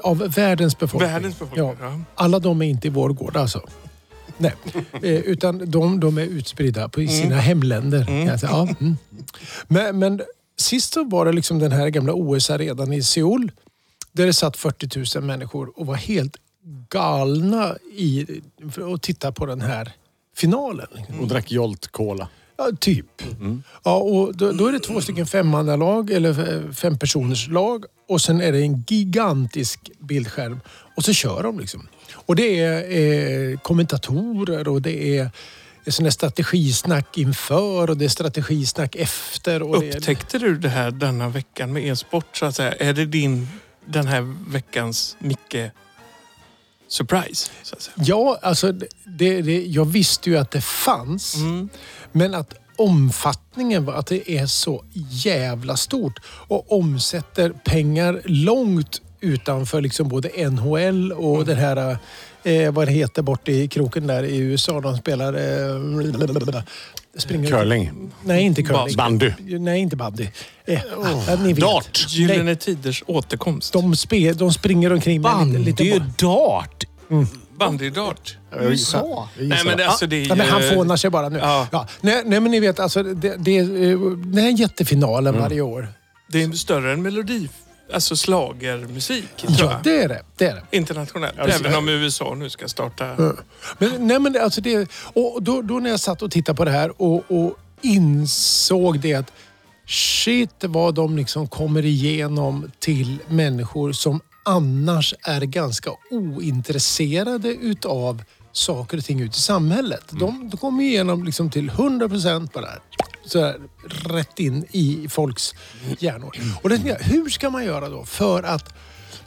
Speaker 4: av världens befolkning.
Speaker 2: Världens befolkning. Ja.
Speaker 4: Alla de är inte i vår gård alltså. Nej, eh, utan de, de är utspridda på i sina hemländer. Alltså, ja, mm. men, men sist så var det liksom den här gamla OS-arenan i Seoul. Där det satt 40 000 människor och var helt galna i, för att titta på den här finalen. liksom.
Speaker 1: Och drack Jolt Cola.
Speaker 4: Ja, typ. Ja, och då, då är det två stycken femmannalag eller eh, fempersoners lag och sen är det en gigantisk bildskärm och så kör de liksom. Och det är eh, kommentatorer och det är sån här strategisnack inför och det är strategisnack efter. Och det är-
Speaker 2: Upptäckte du det här denna veckan med e-sport så att säga? Är det din, den här veckans Micke surprise? Så att säga?
Speaker 4: Ja, alltså det, det, jag visste ju att det fanns.
Speaker 1: Mm.
Speaker 4: Men att omfattningen, var att det är så jävla stort och omsätter pengar långt utanför liksom både NHL och
Speaker 1: Mm.
Speaker 4: den här, eh, vad det heter bort i kroken där i USA. De spelar... Eh, Springer
Speaker 1: Curling.
Speaker 4: Nej, inte curling.
Speaker 1: Bandy. Oh.
Speaker 4: Nej, inte bandy. Eh, ja, ni vet.
Speaker 1: Dart.
Speaker 2: Gyllene Tiders återkomst.
Speaker 4: De, spe, de springer omkring med
Speaker 5: Bandy
Speaker 4: lite, lite
Speaker 5: och
Speaker 4: boll.
Speaker 5: dart.
Speaker 2: Bandydart.
Speaker 1: USA?
Speaker 2: Nej, men det, alltså, det är
Speaker 4: Ja, men han
Speaker 2: ju-
Speaker 4: fånar sig bara nu.
Speaker 2: Ja.
Speaker 4: Ja. Nej, nej, men ni vet, alltså, det, det, eh, den här jättefinalen
Speaker 2: Mm.
Speaker 4: varje år.
Speaker 2: Det är större än melodi, alltså slagermusik tror
Speaker 4: Ja,
Speaker 2: jag.
Speaker 4: det är det. det, är det.
Speaker 2: Internationellt. Även om USA nu ska starta.
Speaker 4: Men, nej, men det- alltså det, och då, då när jag satt och tittade på det här och, och insåg det att shit vad de liksom kommer igenom till människor som annars är ganska ointresserade utav saker och ting ute i samhället. De, de kommer igenom liksom till 100 procent bara så här, rätt in i folks hjärnor. Och det, tänkte jag, hur ska man göra då för att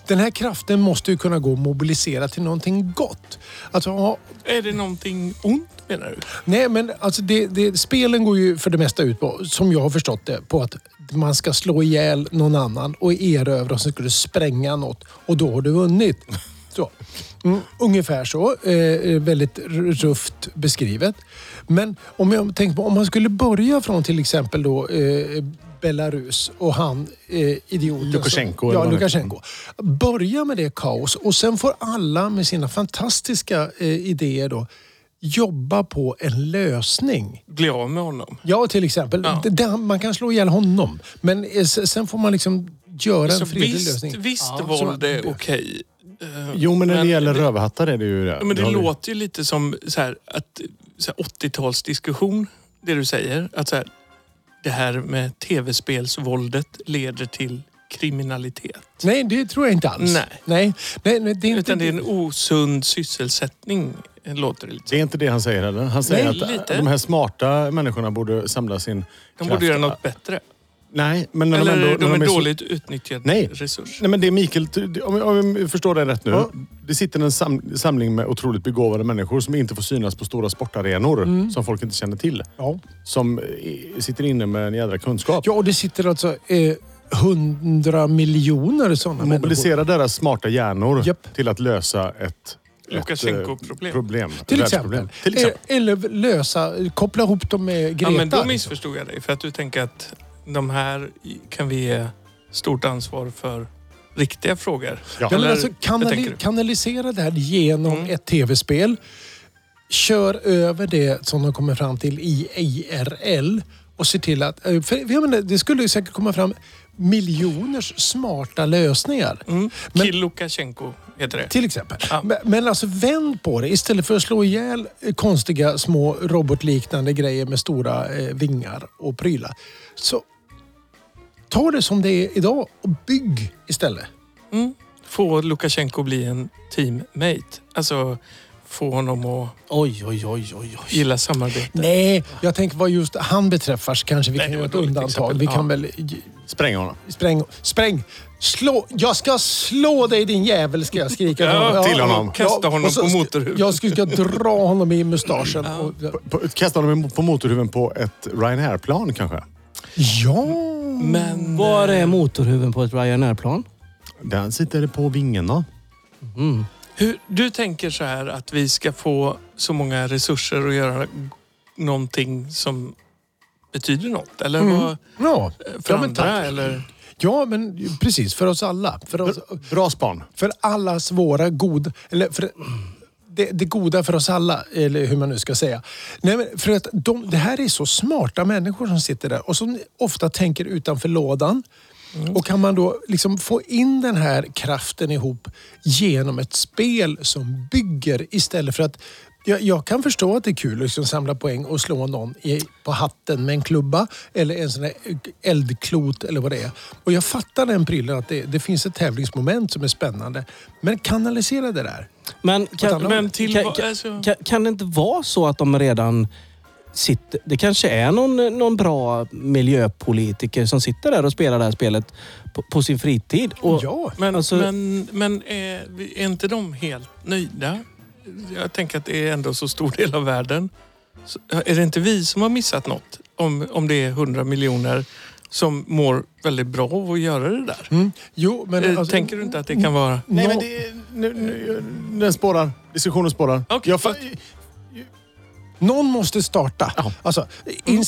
Speaker 4: den här kraften måste ju kunna gå att mobilisera till någonting gott. Alltså, ja,
Speaker 2: Är det någonting ont menar du?
Speaker 4: nej men alltså det, det, spelen går ju för det mesta ut på, som jag har förstått det, på att man ska slå ihjäl någon annan och erövra och så ska du spränga något och då har
Speaker 1: <laughs>
Speaker 4: du vunnit. Så. Mm, ungefär så. Eh, väldigt r- rufft beskrivet. Men om jag tänker på om man skulle börja från till exempel då eh, Belarus och han eh, idioten.
Speaker 1: Lukasjenko,
Speaker 4: Som,
Speaker 1: eller vad
Speaker 4: ja,
Speaker 1: han heter.
Speaker 4: Lukasjenko. Börja med det kaos och sen får alla med sina fantastiska eh, idéer då jobba på en lösning.
Speaker 2: Bli av med honom.
Speaker 4: Ja, till exempel.
Speaker 2: Ja.
Speaker 4: D- Där man kan slå ihjäl honom. Men eh, s- sen får man liksom göra
Speaker 2: Så
Speaker 4: en fredlig
Speaker 2: visst
Speaker 4: lösning.
Speaker 2: visst
Speaker 4: Ja,
Speaker 2: var
Speaker 4: så-
Speaker 2: det okej. Eh,
Speaker 1: Jo, men när det
Speaker 2: Men
Speaker 1: gäller
Speaker 2: det-
Speaker 1: rövhattar är det ju det.
Speaker 2: Ja, men det
Speaker 1: har vi-
Speaker 2: låter ju lite som så här, att, så här 80-talsdiskussion, det du säger. Att så här, det här med tv-spelsvåldet leder till kriminalitet.
Speaker 4: Nej, det tror jag inte alls.
Speaker 2: Nej.
Speaker 4: Nej, nej, nej det är inte...
Speaker 2: Utan det är en osund sysselsättning, eh, låter det lite
Speaker 1: Det
Speaker 2: som.
Speaker 1: är inte det han säger heller. Han säger
Speaker 2: Nej,
Speaker 1: att
Speaker 2: lite.
Speaker 1: de här smarta människorna borde samla sin
Speaker 2: De
Speaker 1: kraft.
Speaker 2: borde göra något bättre.
Speaker 1: Nej, men när
Speaker 2: Eller
Speaker 1: de ändå...
Speaker 2: de
Speaker 1: när
Speaker 2: är
Speaker 1: så-
Speaker 2: dåligt utnyttjad
Speaker 1: Nej.
Speaker 2: resurs.
Speaker 1: Nej, men det är Mikael, om jag, om jag förstår dig rätt nu. Det sitter en sam, samling med otroligt begåvade människor som inte får synas på stora sportarenor som folk inte känner till.
Speaker 4: Ja.
Speaker 1: Som eh, sitter inne med en jädra kunskap.
Speaker 4: ja, och det sitter alltså hundra miljoner sådana människor.
Speaker 1: Mobilisera deras smarta hjärnor
Speaker 4: Japp.
Speaker 1: till att lösa ett
Speaker 2: Lukasjenko-problem.
Speaker 1: ett, eh, problem.
Speaker 4: Till
Speaker 1: Världsproblem.
Speaker 4: exempel.
Speaker 1: Till exempel.
Speaker 4: Eh, Eller lösa, koppla ihop dem med
Speaker 2: Ja,
Speaker 4: Greta.
Speaker 2: men då
Speaker 4: liksom.
Speaker 2: missförstod jag dig. För att du tänker att de här kan vi ge stort ansvar för riktiga frågor.
Speaker 1: Ja.
Speaker 4: Ja, men
Speaker 2: Eller-
Speaker 4: alltså,
Speaker 2: hur
Speaker 4: kanali-
Speaker 2: tänker du?
Speaker 4: kanalisera det här genom
Speaker 2: Mm.
Speaker 4: ett tv-spel. Kör över det som de kommer fram till i IRL och se till att... eh, För, jag menar, det skulle ju säkert komma fram miljoners smarta lösningar.
Speaker 2: Mm.
Speaker 4: Men-
Speaker 2: Kill Lukasjenko heter det.
Speaker 4: Till exempel.
Speaker 2: Ja.
Speaker 4: Men, men alltså vänd på det. Istället för att slå ihjäl eh, konstiga små robotliknande grejer med stora eh, vingar och prylar. Så ta det som det är idag och bygg istället.
Speaker 2: Få Lukasjenko bli en teammate. Alltså få honom att
Speaker 5: Oj, oj, oj, oj. oj.
Speaker 2: gilla samarbete.
Speaker 4: Nej, jag tänker vad just han beträffar så kanske vi
Speaker 2: Nej,
Speaker 4: kan
Speaker 2: det
Speaker 4: göra
Speaker 2: var
Speaker 4: ett
Speaker 2: dåligt
Speaker 4: undantag.
Speaker 2: exempel.
Speaker 4: Vi
Speaker 2: Ja.
Speaker 4: kan väl... j-
Speaker 1: Spräng honom.
Speaker 4: Spräng, spräng! Slå! Jag ska slå dig din jävel, ska jag
Speaker 2: <laughs>
Speaker 4: skrika.
Speaker 2: Ja, till honom. Kasta honom
Speaker 4: och så
Speaker 2: på
Speaker 4: ska-
Speaker 2: motorhuven.
Speaker 4: Jag ska, ska dra honom i mustaschen. Och,
Speaker 1: På, kasta honom på motorhuven på ett Ryanair-plan kanske?
Speaker 4: ja!
Speaker 2: Men
Speaker 5: Var är motorhuven på ett Ryanair-plan?
Speaker 1: Den sitter på vingarna.
Speaker 2: hur, du tänker så här att vi ska få så många resurser att göra någonting som betyder något? Eller vad,
Speaker 4: Ja,
Speaker 2: för
Speaker 4: Mm. ja, men,
Speaker 2: andra?
Speaker 4: tack.
Speaker 2: eller?
Speaker 4: ja, men precis. För oss alla. För, oss,
Speaker 1: Alltså, Bra span.
Speaker 4: för alla svåra goda... Eller för, det, det goda för oss alla, eller hur man nu ska säga. Nej, men för att de, det här är så smarta människor som sitter där och som ofta tänker utanför lådan. Och kan man då liksom få in den här kraften ihop genom ett spel som bygger istället för att... Jag, jag kan förstå att det är kul att liksom samla poäng och slå någon i, på hatten med en klubba eller en sån där eldklot eller vad det är. Och jag fattar den prylen att det, det finns ett tävlingsmoment som är spännande. Men kanalisera det där.
Speaker 5: Men kan,
Speaker 4: annat.
Speaker 2: Men till
Speaker 5: kan,
Speaker 2: vad-
Speaker 5: kan,
Speaker 2: alltså-
Speaker 5: kan, kan det inte vara så att de redan sitter... Det kanske är någon, någon bra miljöpolitiker som sitter där och spelar det här spelet på, på sin fritid. Och,
Speaker 4: Ja.
Speaker 2: Men,
Speaker 5: Alltså-
Speaker 2: men, men är, vi- är inte de helt nöjda? Jag tänker att det är ändå så stor del av världen. Så, är det inte vi som har missat något? Om, om det är 100 miljoner som mår väldigt bra av att göra det där.
Speaker 4: Jo, men...
Speaker 2: Eh,
Speaker 4: alltså-
Speaker 2: Tänker du inte att det kan vara...
Speaker 1: Mm. Nej,
Speaker 4: Nå-
Speaker 1: men det, nu, nu, den spårar. Diskussionen spårar.
Speaker 2: Okej.
Speaker 1: Jag fa-
Speaker 4: Någon måste starta. Alltså,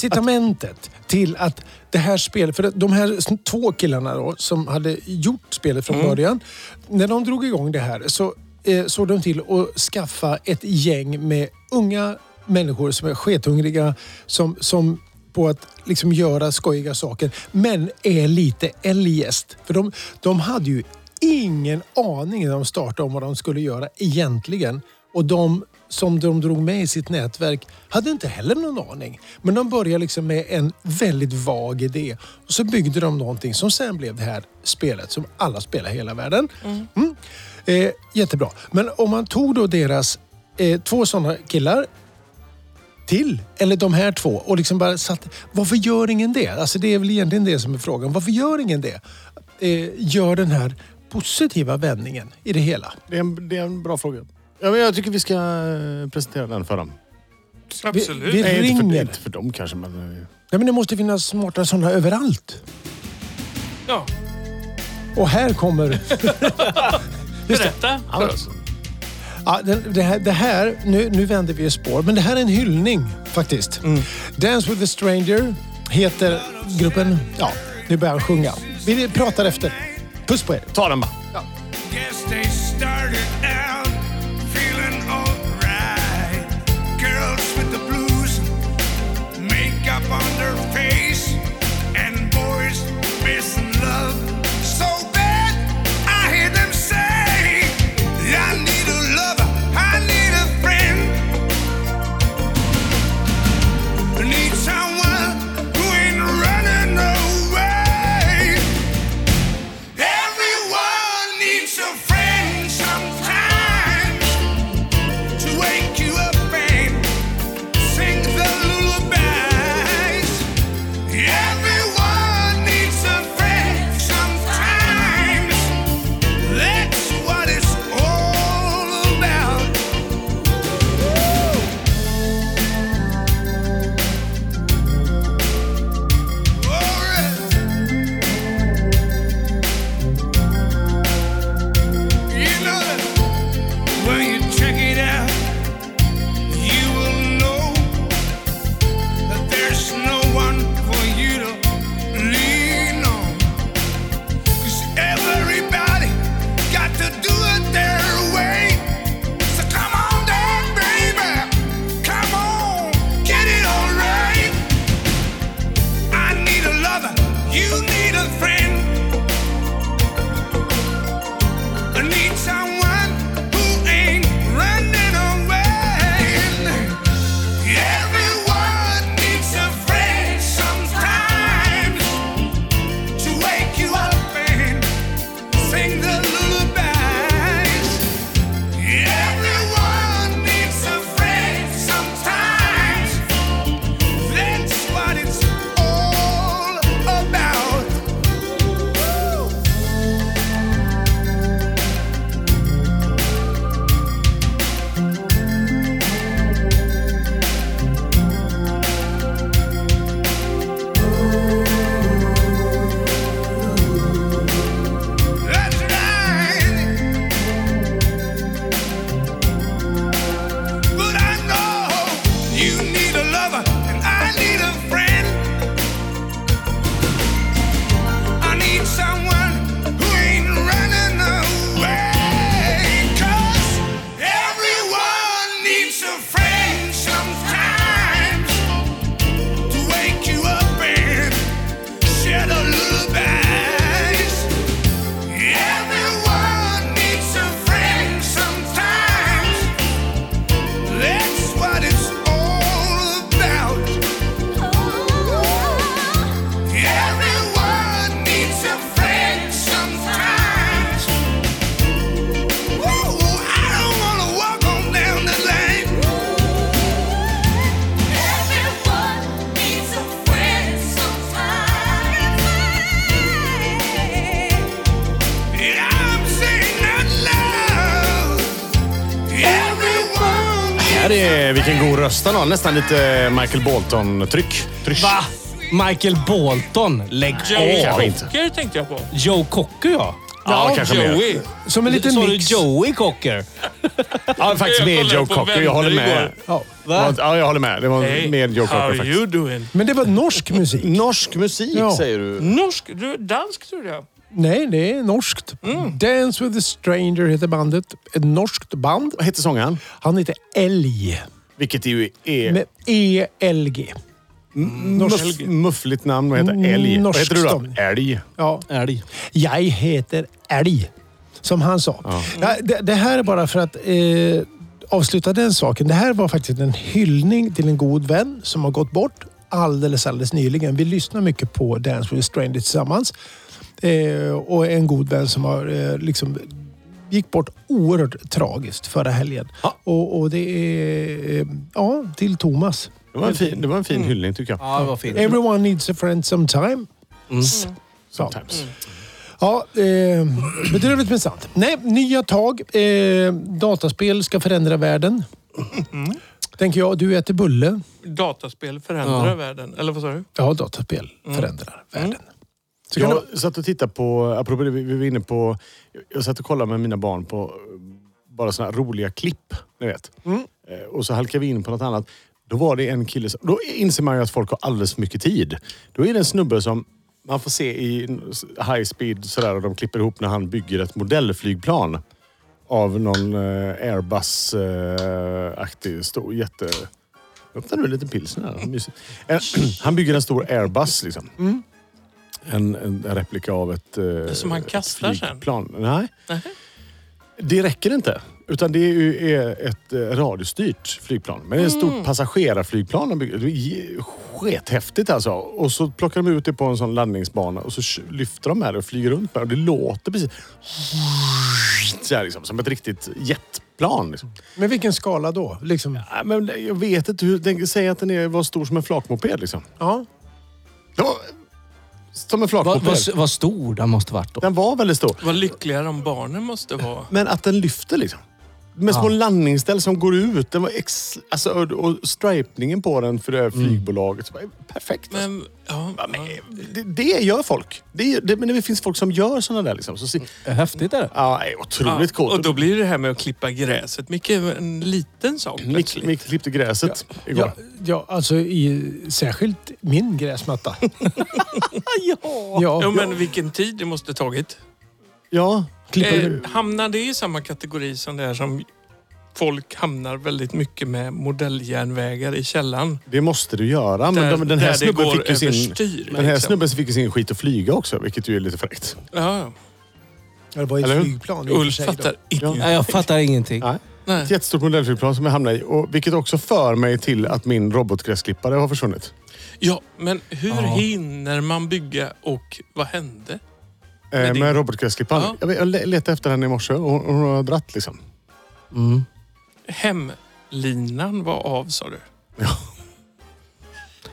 Speaker 4: incitamentet till att det här spelet... För att de här s- två killarna då, som hade gjort spelet från början. När de drog igång det här så eh, såg de till att skaffa ett gäng med unga människor som är skethungriga. Som, som på att liksom göra skojiga saker. Men är lite eljest. För de, de hade ju ingen aning när de startade om vad de skulle göra egentligen. Och de som de drog med i sitt nätverk hade inte heller någon aning. Men de började liksom med en väldigt vag idé. Och så byggde de någonting som sen blev det här spelet som alla spelar i hela världen. Mm. Eh, jättebra. Men om man tog då deras eh, två sådana killar till, eller de här två. Och liksom bara satt, varför gör ingen det? Alltså det är väl egentligen det som är frågan. Varför gör ingen det? Eh, gör den här positiva vändningen i det hela.
Speaker 1: Det är en, det är en bra fråga. Ja, men jag tycker vi ska eh, presentera den för dem.
Speaker 2: Absolut.
Speaker 4: vi-
Speaker 1: Nej, inte för,
Speaker 4: ringer.
Speaker 1: inte för dem kanske, men... eh,
Speaker 4: Nej, men det måste finnas smarta sådana överallt.
Speaker 2: Ja,
Speaker 4: Och
Speaker 1: <laughs>
Speaker 4: här kommer...
Speaker 2: berätta för oss.
Speaker 4: Ja, det, det här, det här nu, nu vänder vi spår, men det här är en hyllning faktiskt. Dance with a stranger heter gruppen. Ja, nu börjar han sjunga. Vi pratar efter. Puss på er!
Speaker 1: Ta den bara.
Speaker 8: Guess they started out feeling alright. Girls with the blues, makeup on their face, and boys missing love so bad. I hear them say, I need a lover, I need a friend. I need someone who ain't running away. Everyone needs a friend sometimes to wake you up and sing the lullabies. Everyone needs a friend sometimes. That's what it's all about. Alright. You know that when you check it out, you will know that there's no one for you to lean on. 'Cause everybody got to do it their way. So come on down, baby. Come on, get it all right. I need a lover, you need a friend. I need someone who ain't running away. Everyone needs a friend sometimes to wake you up and sing the lullabies. Everyone needs a friend sometimes. That's what it's all about. Woo! That's right. But I know you need a lover and I need a friend. I need someone who ain't running away. 'Cause everyone needs a friend sometimes to wake you up and share the lullabies. Everyone needs a friend sometimes. That's what it's all about. Everyone needs a friend sometimes. Woo, I don't wanna walk on down the lane.
Speaker 6: Everyone needs a friend sometimes.
Speaker 8: I'm saying out loud. Everyone
Speaker 1: Här är, vilken god röst han har. Nästan lite Michael Bolton-tryck. Tryck.
Speaker 5: Va? Michael Bolton? Lägg
Speaker 2: Joe
Speaker 5: av!
Speaker 1: kanske inte.
Speaker 2: Cocker tänkte jag på.
Speaker 5: Joe Cocker, ja.
Speaker 1: Ja, kanske mer.
Speaker 5: Joey.
Speaker 4: Som en liten
Speaker 5: Sa du
Speaker 4: mix.
Speaker 5: Joey Cocker?
Speaker 1: Ja, faktiskt mer
Speaker 2: kollade
Speaker 1: Joe
Speaker 2: på
Speaker 1: Cocker. Jag håller
Speaker 2: vänner
Speaker 1: med.
Speaker 2: igår.
Speaker 4: Ja.
Speaker 1: Ja, jag håller med. Det var mer Joe
Speaker 2: how
Speaker 1: Cocker
Speaker 2: are
Speaker 1: faktiskt.
Speaker 2: you doing?
Speaker 4: Men det var norsk musik.
Speaker 1: Norsk musik
Speaker 4: Ja.
Speaker 1: säger du.
Speaker 2: Norsk? Du, dansk tror jag.
Speaker 4: Nej, det är norskt. Dance with a stranger heter bandet. Ett norskt band.
Speaker 1: Vad hette sångaren?
Speaker 4: Han heter Elg.
Speaker 1: Vilket ju är
Speaker 4: Med E E-L-G.
Speaker 1: muff, muffligt namn. Vad heter älg? Vad heter du då?
Speaker 4: Norskstånd.
Speaker 1: Älg.
Speaker 4: Ja.
Speaker 5: Älg.
Speaker 4: Jag heter Älg. Som han sa. Ja, det, det här är bara för att eh, avsluta den saken. Det här var faktiskt en hyllning till en god vän som har gått bort alldeles, alldeles nyligen. Vi lyssnar mycket på Dance with a Stranger tillsammans. Eh, och en god vän som har eh, liksom gick bort oerhört tragiskt förra helgen. Och, och det är... Eh, ja, till Thomas.
Speaker 1: Det var en fin, det var en fin hyllning tycker jag.
Speaker 5: Ja, det var fint.
Speaker 4: Mm-hmm. Everyone needs a friend sometime.
Speaker 2: Mm.
Speaker 4: Ja. Mm.
Speaker 1: Times.
Speaker 4: Ja, eh, bedrövligt men sant. Nej, nya tag. Eh, dataspel ska förändra världen.
Speaker 2: Mm.
Speaker 4: Tänker jag. Du äter bulle.
Speaker 2: Dataspel förändrar världen. Eller vad sa du?
Speaker 4: Ja, dataspel
Speaker 2: Mm.
Speaker 4: förändrar världen. Så kan
Speaker 1: Jag satt och tittade på, apropå det vi vi var inne på, jag satt och kollade med mina barn på eh, bara såna här roliga klipp, ni vet.
Speaker 4: Mm.
Speaker 1: Eh, Och så halkade vi in på något annat. Då var det en kille som, då inser man ju att folk har alldeles för mycket tid. Då är det en snubbe som man får se i en s- high speed sådär och de klipper ihop när han bygger ett modellflygplan. Av någon eh, Airbus-aktig eh, stor jätte... Öppna nu en liten pilsner här. Mysigt. Eh, <clears throat> Han bygger en stor Airbus liksom. En, en replika av ett eh,
Speaker 2: Mm. Som han kastar sen?
Speaker 1: flygplan. Nej. Det räcker inte. Utan det är ju är ett eh, radiostyrt flygplan. Men det är ett
Speaker 2: Mm.
Speaker 1: stort passagerarflygplan de bygger. Det är j- skethäftigt alltså. Och så plockar de ut det på en sån landningsbana och så sh- lyfter de med det och flyger runt med det. Och det låter precis så här, liksom, som ett riktigt jetplan. Liksom.
Speaker 4: du- Men vilken skala då? Liksom.
Speaker 1: Nej, men jag vet inte hur... tänk- Säg att den är, var stor som en flakmoped liksom.
Speaker 4: Ja.
Speaker 1: Den var, som en
Speaker 5: Vad
Speaker 1: flakmoped.
Speaker 5: vad- vad stor den måste varit då.
Speaker 1: Den var väldigt stor.
Speaker 2: Vad lyckliga de barnen måste vara.
Speaker 1: Men att den lyfter liksom. Med
Speaker 2: Ah.
Speaker 1: små landningsställ som går ut. Den var ex, alltså, och, och stripningen på den för det här flygbolaget. Så bara, perfekt. alltså.
Speaker 2: Mm. Men, ja, ja,
Speaker 1: det, det gör folk. Det, det, men det finns folk som gör såna där. Liksom. Så, se-
Speaker 5: Häftigt är det.
Speaker 1: ja, det är otroligt coolt.
Speaker 2: Mm. Ah, Och då blir det här med att klippa gräset mycket en liten sak
Speaker 1: Mick,
Speaker 2: plötsligt.
Speaker 1: Mick klippte gräset igår.
Speaker 4: Ja, ja, alltså i, särskilt
Speaker 2: <laughs>
Speaker 4: min gräsmatta. ja.
Speaker 2: Ja, men vilken tid det måste tagit.
Speaker 1: Ja.
Speaker 4: Klipper-
Speaker 2: Eh, hamnar det i samma kategori som det här som folk hamnar väldigt mycket med modelljärnvägar i källan?
Speaker 1: Det måste du göra. Men
Speaker 2: Där-
Speaker 1: de, den här
Speaker 2: där det
Speaker 1: snubben
Speaker 2: går
Speaker 1: fick ju sin...
Speaker 2: överstyr,
Speaker 1: Den här
Speaker 2: liksom.
Speaker 1: snubben fick ju sin skit att flyga också, vilket ju är lite fräckt.
Speaker 2: Ja,
Speaker 4: Det var ett
Speaker 1: Eller hur?
Speaker 4: flygplan i och för
Speaker 2: Ulf
Speaker 4: sig. Då.
Speaker 2: fattar ingenting.
Speaker 5: Nej, Jag fattar ingenting.
Speaker 1: Nej.
Speaker 2: Nej.
Speaker 1: Ett jättestort modellflygplan som jag hamnade i. Och, vilket också för mig till att min robotgräsklippare har försvunnit.
Speaker 2: Ja, men hur hinner man bygga och vad hände?
Speaker 1: Eh,
Speaker 2: det-
Speaker 1: med robotgräsklipparen.
Speaker 2: Ja.
Speaker 1: Jag, vet- jag le- letade efter henne i morse och hon, hon har dratt liksom.
Speaker 2: Hemlinan var av sa du?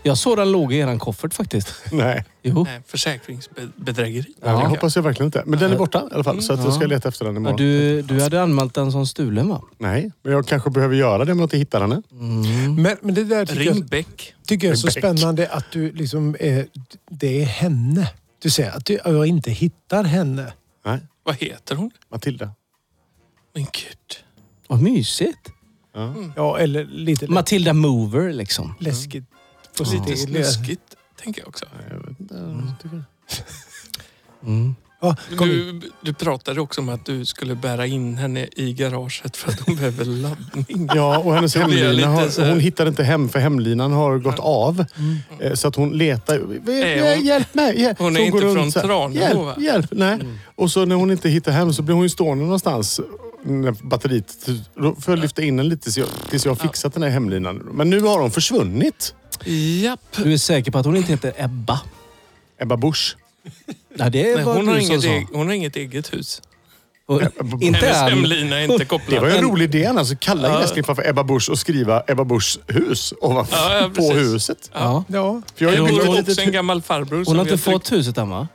Speaker 5: Jag såg den låg i eran koffert faktiskt.
Speaker 1: Nej,
Speaker 5: Jo.
Speaker 2: Nej, försäkringsbedrägeri.
Speaker 1: ja. det hoppas jag verkligen inte. Men den är borta i alla fall. Så att jag ska leta efter den
Speaker 5: Ja,
Speaker 1: imorgon.
Speaker 5: du, du hade anmält den som stulen va?
Speaker 1: Nej, men jag kanske behöver göra det om jag inte hittar henne.
Speaker 4: Men, men det där tycker jag,
Speaker 2: Ringbäck.
Speaker 4: tycker jag är så
Speaker 1: Rebecca.
Speaker 4: spännande att du liksom... Eh, det är henne. Du säger att du, jag inte hittar henne.
Speaker 1: Nej,
Speaker 2: Vad heter hon?
Speaker 1: Matilda.
Speaker 2: Men gud.
Speaker 5: Vad mysigt.
Speaker 4: Ja, eller lite lätt,
Speaker 5: Matilda Mover liksom.
Speaker 4: läskigt.
Speaker 2: Lite snuskigt, tänker jag också. Mm.
Speaker 5: Mm.
Speaker 4: Ja, kom hit.
Speaker 2: Du, du pratade också om att du skulle bära in henne i garaget för att hon behöver laddning.
Speaker 1: Ja, och
Speaker 2: <laughs>
Speaker 1: hennes
Speaker 2: blir
Speaker 1: hemlina
Speaker 2: lite så
Speaker 1: har,
Speaker 2: här-
Speaker 1: hon hittar inte hem för hemlinan har gått av. Eh, Så att hon letar.
Speaker 2: Nej, hon-
Speaker 1: Hjälp mig! hjälp.
Speaker 2: hon är
Speaker 1: Så
Speaker 2: inte
Speaker 1: går runt
Speaker 2: från
Speaker 1: så här,
Speaker 2: Tranemo, va? Mm.
Speaker 1: Hjälp, hjälp! Nej. Och så när hon inte hittar hem så blir hon ju stående någonstans. När batteriet... Då får jag lyfta in den lite tills jag, tills jag har fixat den här hemlinan. Men nu har hon försvunnit.
Speaker 2: Japp.
Speaker 5: Du är säker på att hon inte heter Ebba?
Speaker 1: Ebba Busch.
Speaker 5: Nej, det
Speaker 2: Nej,
Speaker 5: var
Speaker 2: hon, har
Speaker 5: du som
Speaker 2: inget
Speaker 5: sa.
Speaker 2: eget, hon har inget eget hus. <laughs>
Speaker 5: Och- Inte
Speaker 2: Hennes
Speaker 5: än.
Speaker 2: hemlina är inte kopplad.
Speaker 1: Det var ju en
Speaker 5: En-
Speaker 1: rolig idé annars. att Kalla
Speaker 2: Ja.
Speaker 1: gräsklipparen för Ebba Busch och skriva Ebba Buschs hus ovanför
Speaker 2: Ja, ja,
Speaker 1: på
Speaker 2: precis.
Speaker 1: huset.
Speaker 5: Ja.
Speaker 4: Ja.
Speaker 1: För jag har
Speaker 2: Det
Speaker 1: ju
Speaker 2: bor
Speaker 1: byggt
Speaker 2: också
Speaker 1: ett litet...
Speaker 2: en gammal farbror.
Speaker 5: Hon
Speaker 2: som
Speaker 5: har inte
Speaker 2: vi tryckt-
Speaker 5: fått huset än va?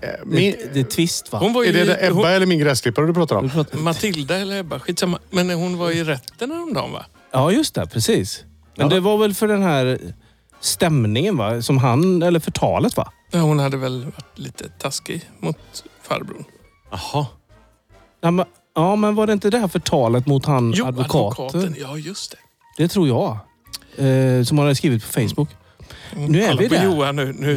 Speaker 1: eh, Min,
Speaker 5: Det är twist va?
Speaker 2: Hon var ju,
Speaker 1: är det där
Speaker 2: hon,
Speaker 1: Ebba eller min gräsklippare du pratar om?
Speaker 2: Matilda eller Ebba, skitsamma. Men hon var i rätten häromdagen va?
Speaker 5: Ja, just det. Precis. Men det var väl för den här stämningen va? Som han, eller förtalet va?
Speaker 2: Ja, Hon hade väl varit lite taskig mot farbrorn.
Speaker 1: Jaha.
Speaker 5: Ja men, ja, men var det inte det här förtalet mot han
Speaker 2: Jo,
Speaker 5: advokaten?
Speaker 2: advokaten. Ja, just det.
Speaker 5: Det tror jag. Eh, som han hade skrivit på Facebook. Nu är
Speaker 2: Kolla
Speaker 5: vi
Speaker 2: på
Speaker 5: där.
Speaker 2: Johan nu. Nu,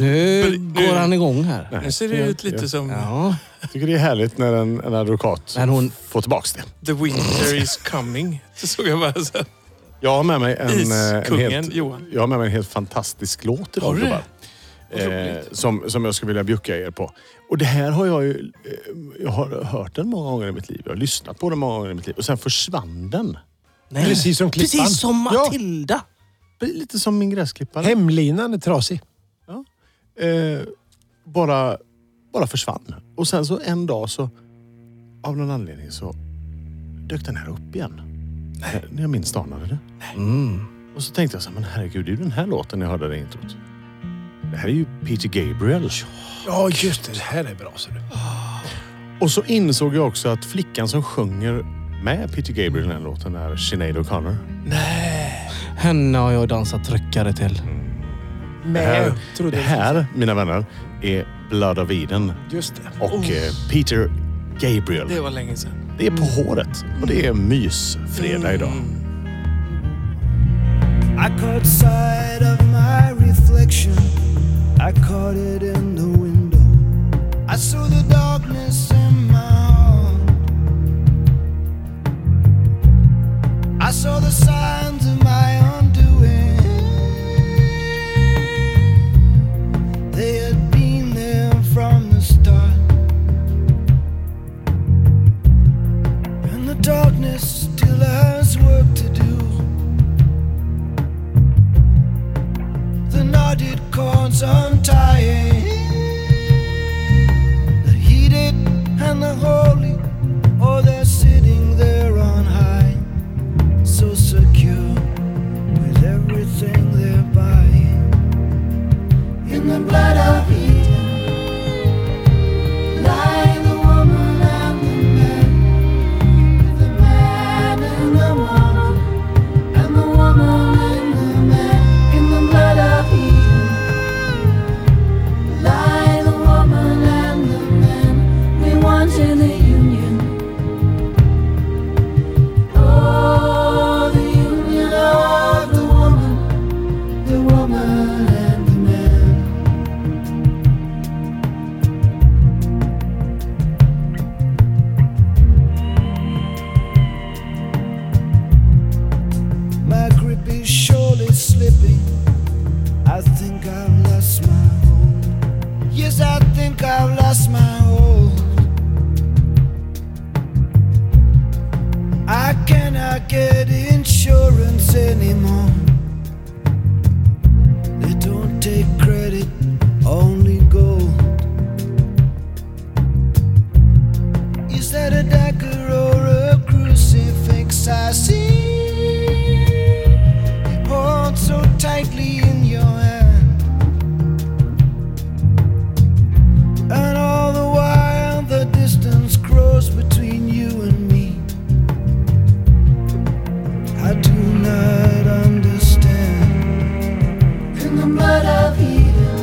Speaker 2: nu-
Speaker 5: Nu går han igång här.
Speaker 2: nu ser det ut lite som
Speaker 5: Ja.
Speaker 1: Jag tycker det är härligt när en, en advokat
Speaker 5: Men hon-
Speaker 1: får tillbaka det.
Speaker 2: The Winter is coming. Det såg jag bara. Så.
Speaker 1: Jag har med mig en, eh, en,
Speaker 2: Iskungen
Speaker 1: helt,
Speaker 2: Johan.
Speaker 1: jag har med mig en helt fantastisk låt
Speaker 2: Har
Speaker 1: idag
Speaker 2: du det?
Speaker 1: gubbar. Eh, som, som jag skulle vilja bjucka er på. Och det här har jag ju... Eh, jag har hört den många gånger i mitt liv. Jag har lyssnat på den många gånger i mitt liv. Och sen försvann den.
Speaker 5: Nej.
Speaker 4: Precis som klippan.
Speaker 5: Precis som
Speaker 4: Ja.
Speaker 5: Matilda.
Speaker 1: Det är Lite som min gräsklippare.
Speaker 4: Hemlinan är trasig.
Speaker 1: eh, bara, bara försvann. Och sen så en dag så, av någon anledning så dök den här upp igen. Nej. När jag minst anade det. Mm. Och så tänkte jag så här, men herregud, det är ju den här låten jag hörde i introt. Det här är ju Peter Gabriel.
Speaker 4: Ja, just det. Det här är bra. Ser du.
Speaker 1: Och så insåg jag också att flickan som sjunger med Peter Gabriel i den här låten är Sinead O'Connor.
Speaker 5: Henne har jag dansat tryckare till.
Speaker 1: Det
Speaker 4: Men,
Speaker 1: här,
Speaker 4: trodde
Speaker 1: Eh, det
Speaker 4: jag.
Speaker 1: här, mina vänner, är Blood of Eden
Speaker 4: Just det.
Speaker 1: och eh, Peter Gabriel.
Speaker 2: Det var länge sedan.
Speaker 1: Det är på håret och det är mysfredag idag.
Speaker 2: Mm.
Speaker 9: I caught sight of my reflection. I caught it in the window. I saw the darkness in my heart. I saw the signs of my undoing. They had been there from the start. And the darkness still has work to do. the knotted cords untying. The heated and the holy, oh, they're sitting there on high, so secure with everything they're buying. In the blood of Eden lie the woman and the man, with the man and the woman. And the woman and the man in the blood of Eden lie the woman and the man we want in the union. Oh, the union of the woman, the woman and the man. My grip is surely slipping. I think I've lost my hold. Yes, I think I've lost my hold. I cannot get insurance anymore. They don't take credit, only gold. Is that a dagger or a crucifix I see? Hold so tightly in your hand. And all the while the distance grows between you and me. I do not understand. In the blood of Eden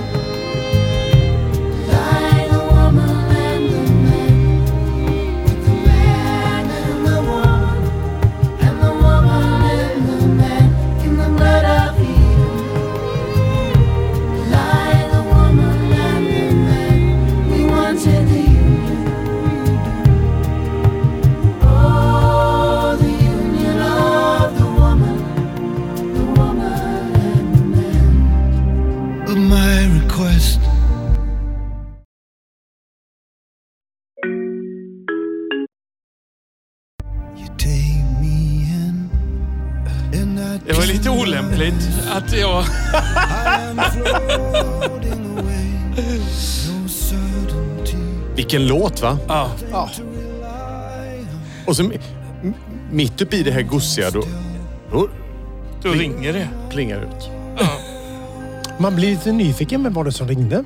Speaker 9: lie the woman and the man. With the man and the woman and the woman and the man in the blood of Eden lie the woman and the man we wanted the union. Oh, the union of the woman, the woman and the man. Of my request. You take me in, and I
Speaker 2: Det var lite olämpligt att jag...
Speaker 9: floating away, no certainty.
Speaker 1: Vilken låt va?
Speaker 2: Ja.
Speaker 1: Och så mi- m- mitt uppe i det här gossiga då, då
Speaker 2: Då ringer det.
Speaker 1: plingar det ut. <laughs>
Speaker 4: Man blir lite nyfiken med vad det som ringde.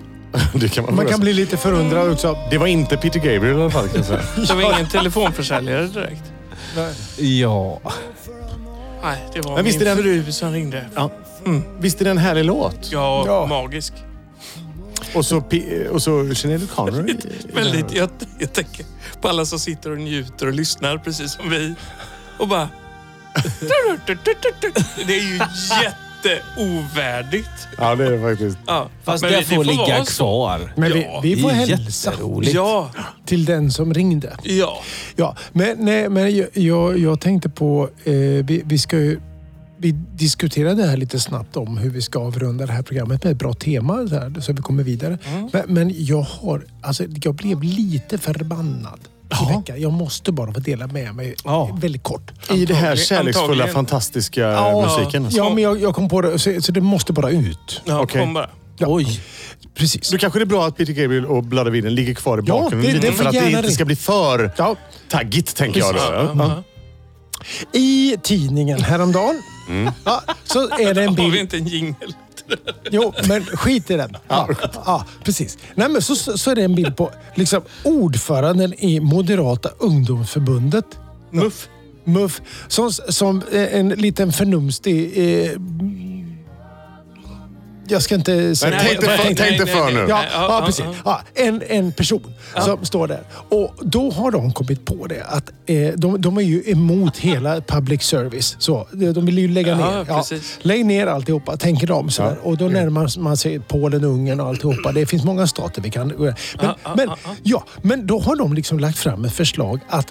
Speaker 1: Det kan man,
Speaker 4: Man
Speaker 1: fråga
Speaker 4: kan
Speaker 1: sig.
Speaker 4: bli lite förundrad också.
Speaker 1: Det var inte Peter Gabriel i alla fall. Kan jag säga. <laughs>
Speaker 2: Det var ingen telefonförsäljare direkt.
Speaker 5: Ja.
Speaker 2: Nej, det var
Speaker 1: Men visst
Speaker 2: min
Speaker 1: är den-
Speaker 2: fru som ringde.
Speaker 1: Visst är det en härlig låt?
Speaker 2: Ja,
Speaker 4: Ja.
Speaker 2: magisk.
Speaker 1: Och så, Pi- och så Sinéad
Speaker 2: <laughs>
Speaker 1: O'Connor.
Speaker 2: Väldigt, jag, jag tänker på alla som sitter och njuter och lyssnar precis som vi. Och bara... Det är ju jätteovärdigt.
Speaker 1: Ja, det är det faktiskt.
Speaker 2: Ja,
Speaker 5: Fast
Speaker 2: men
Speaker 5: det får ligga
Speaker 2: vara så.
Speaker 5: kvar.
Speaker 4: Men
Speaker 2: Ja,
Speaker 4: vi, vi får
Speaker 5: det är
Speaker 4: hälsa
Speaker 5: jätteroligt.
Speaker 2: Ja,
Speaker 4: till den som ringde.
Speaker 2: ja.
Speaker 4: Ja, men, nej, men jag- jag, jag tänkte på... Eh, vi, vi ska ju... Vi diskuterade här lite snabbt om hur vi ska avrunda det här programmet med ett bra tema så, här, så vi kommer vidare.
Speaker 1: Mm.
Speaker 4: Men, men jag har... Alltså, jag blev lite förbannad i veckan. Jag måste bara få dela med mig
Speaker 5: Ja.
Speaker 4: väldigt kort.
Speaker 1: I det här
Speaker 2: Antagligen-
Speaker 1: kärleksfulla,
Speaker 2: antagligen.
Speaker 1: fantastiska musiken. alltså.
Speaker 4: Ja, men jag, jag kom på det, så, så det måste bara ut.
Speaker 2: ja
Speaker 1: Okej.
Speaker 2: kom bara.
Speaker 4: Oj! Precis.
Speaker 1: Då kanske det är bra att Peter Gabriel och Blood of Eden ligger kvar i
Speaker 4: Ja,
Speaker 1: bakgrunden
Speaker 4: det-
Speaker 1: lite
Speaker 4: det
Speaker 1: för
Speaker 4: får
Speaker 1: att det
Speaker 4: gärna
Speaker 1: inte
Speaker 4: ring-
Speaker 1: ska bli för
Speaker 4: Ja,
Speaker 1: taggigt, tänker jag. Då.
Speaker 2: Ja, ja.
Speaker 4: I tidningen häromdagen
Speaker 1: Mm.
Speaker 4: ja, så är det en
Speaker 2: Har
Speaker 4: bild...
Speaker 2: vi inte en jingel?
Speaker 4: Jo, men skit i den. Ja, ja, precis. Nej, men så, så så är det en bild på liksom, ordföranden i Moderata ungdomsförbundet.
Speaker 2: Muff.
Speaker 4: MUF. Som, som eh, en liten förnumstig... Eh, jag ska inte säga...
Speaker 1: Nej, tänk dig
Speaker 2: nej,
Speaker 1: för,
Speaker 2: nej,
Speaker 1: tänk dig
Speaker 2: nej,
Speaker 1: för
Speaker 2: nej.
Speaker 1: nu.
Speaker 4: Ja,
Speaker 2: Nej, ja,
Speaker 4: ja,
Speaker 2: ja,
Speaker 4: precis. Ja, en, en person som står där. Och då har de kommit på det att eh, de, de är ju emot hela public service. Så, de de vill ju lägga
Speaker 2: Ja,
Speaker 4: ner. Ja,
Speaker 2: precis.
Speaker 4: lägg ner alltihopa, tänker de. Sådär. Och då närmar man sig Polen, Ungern och alltihopa. Det finns många stater vi kan... eh, Men, men, ja, men då har de liksom lagt fram ett förslag att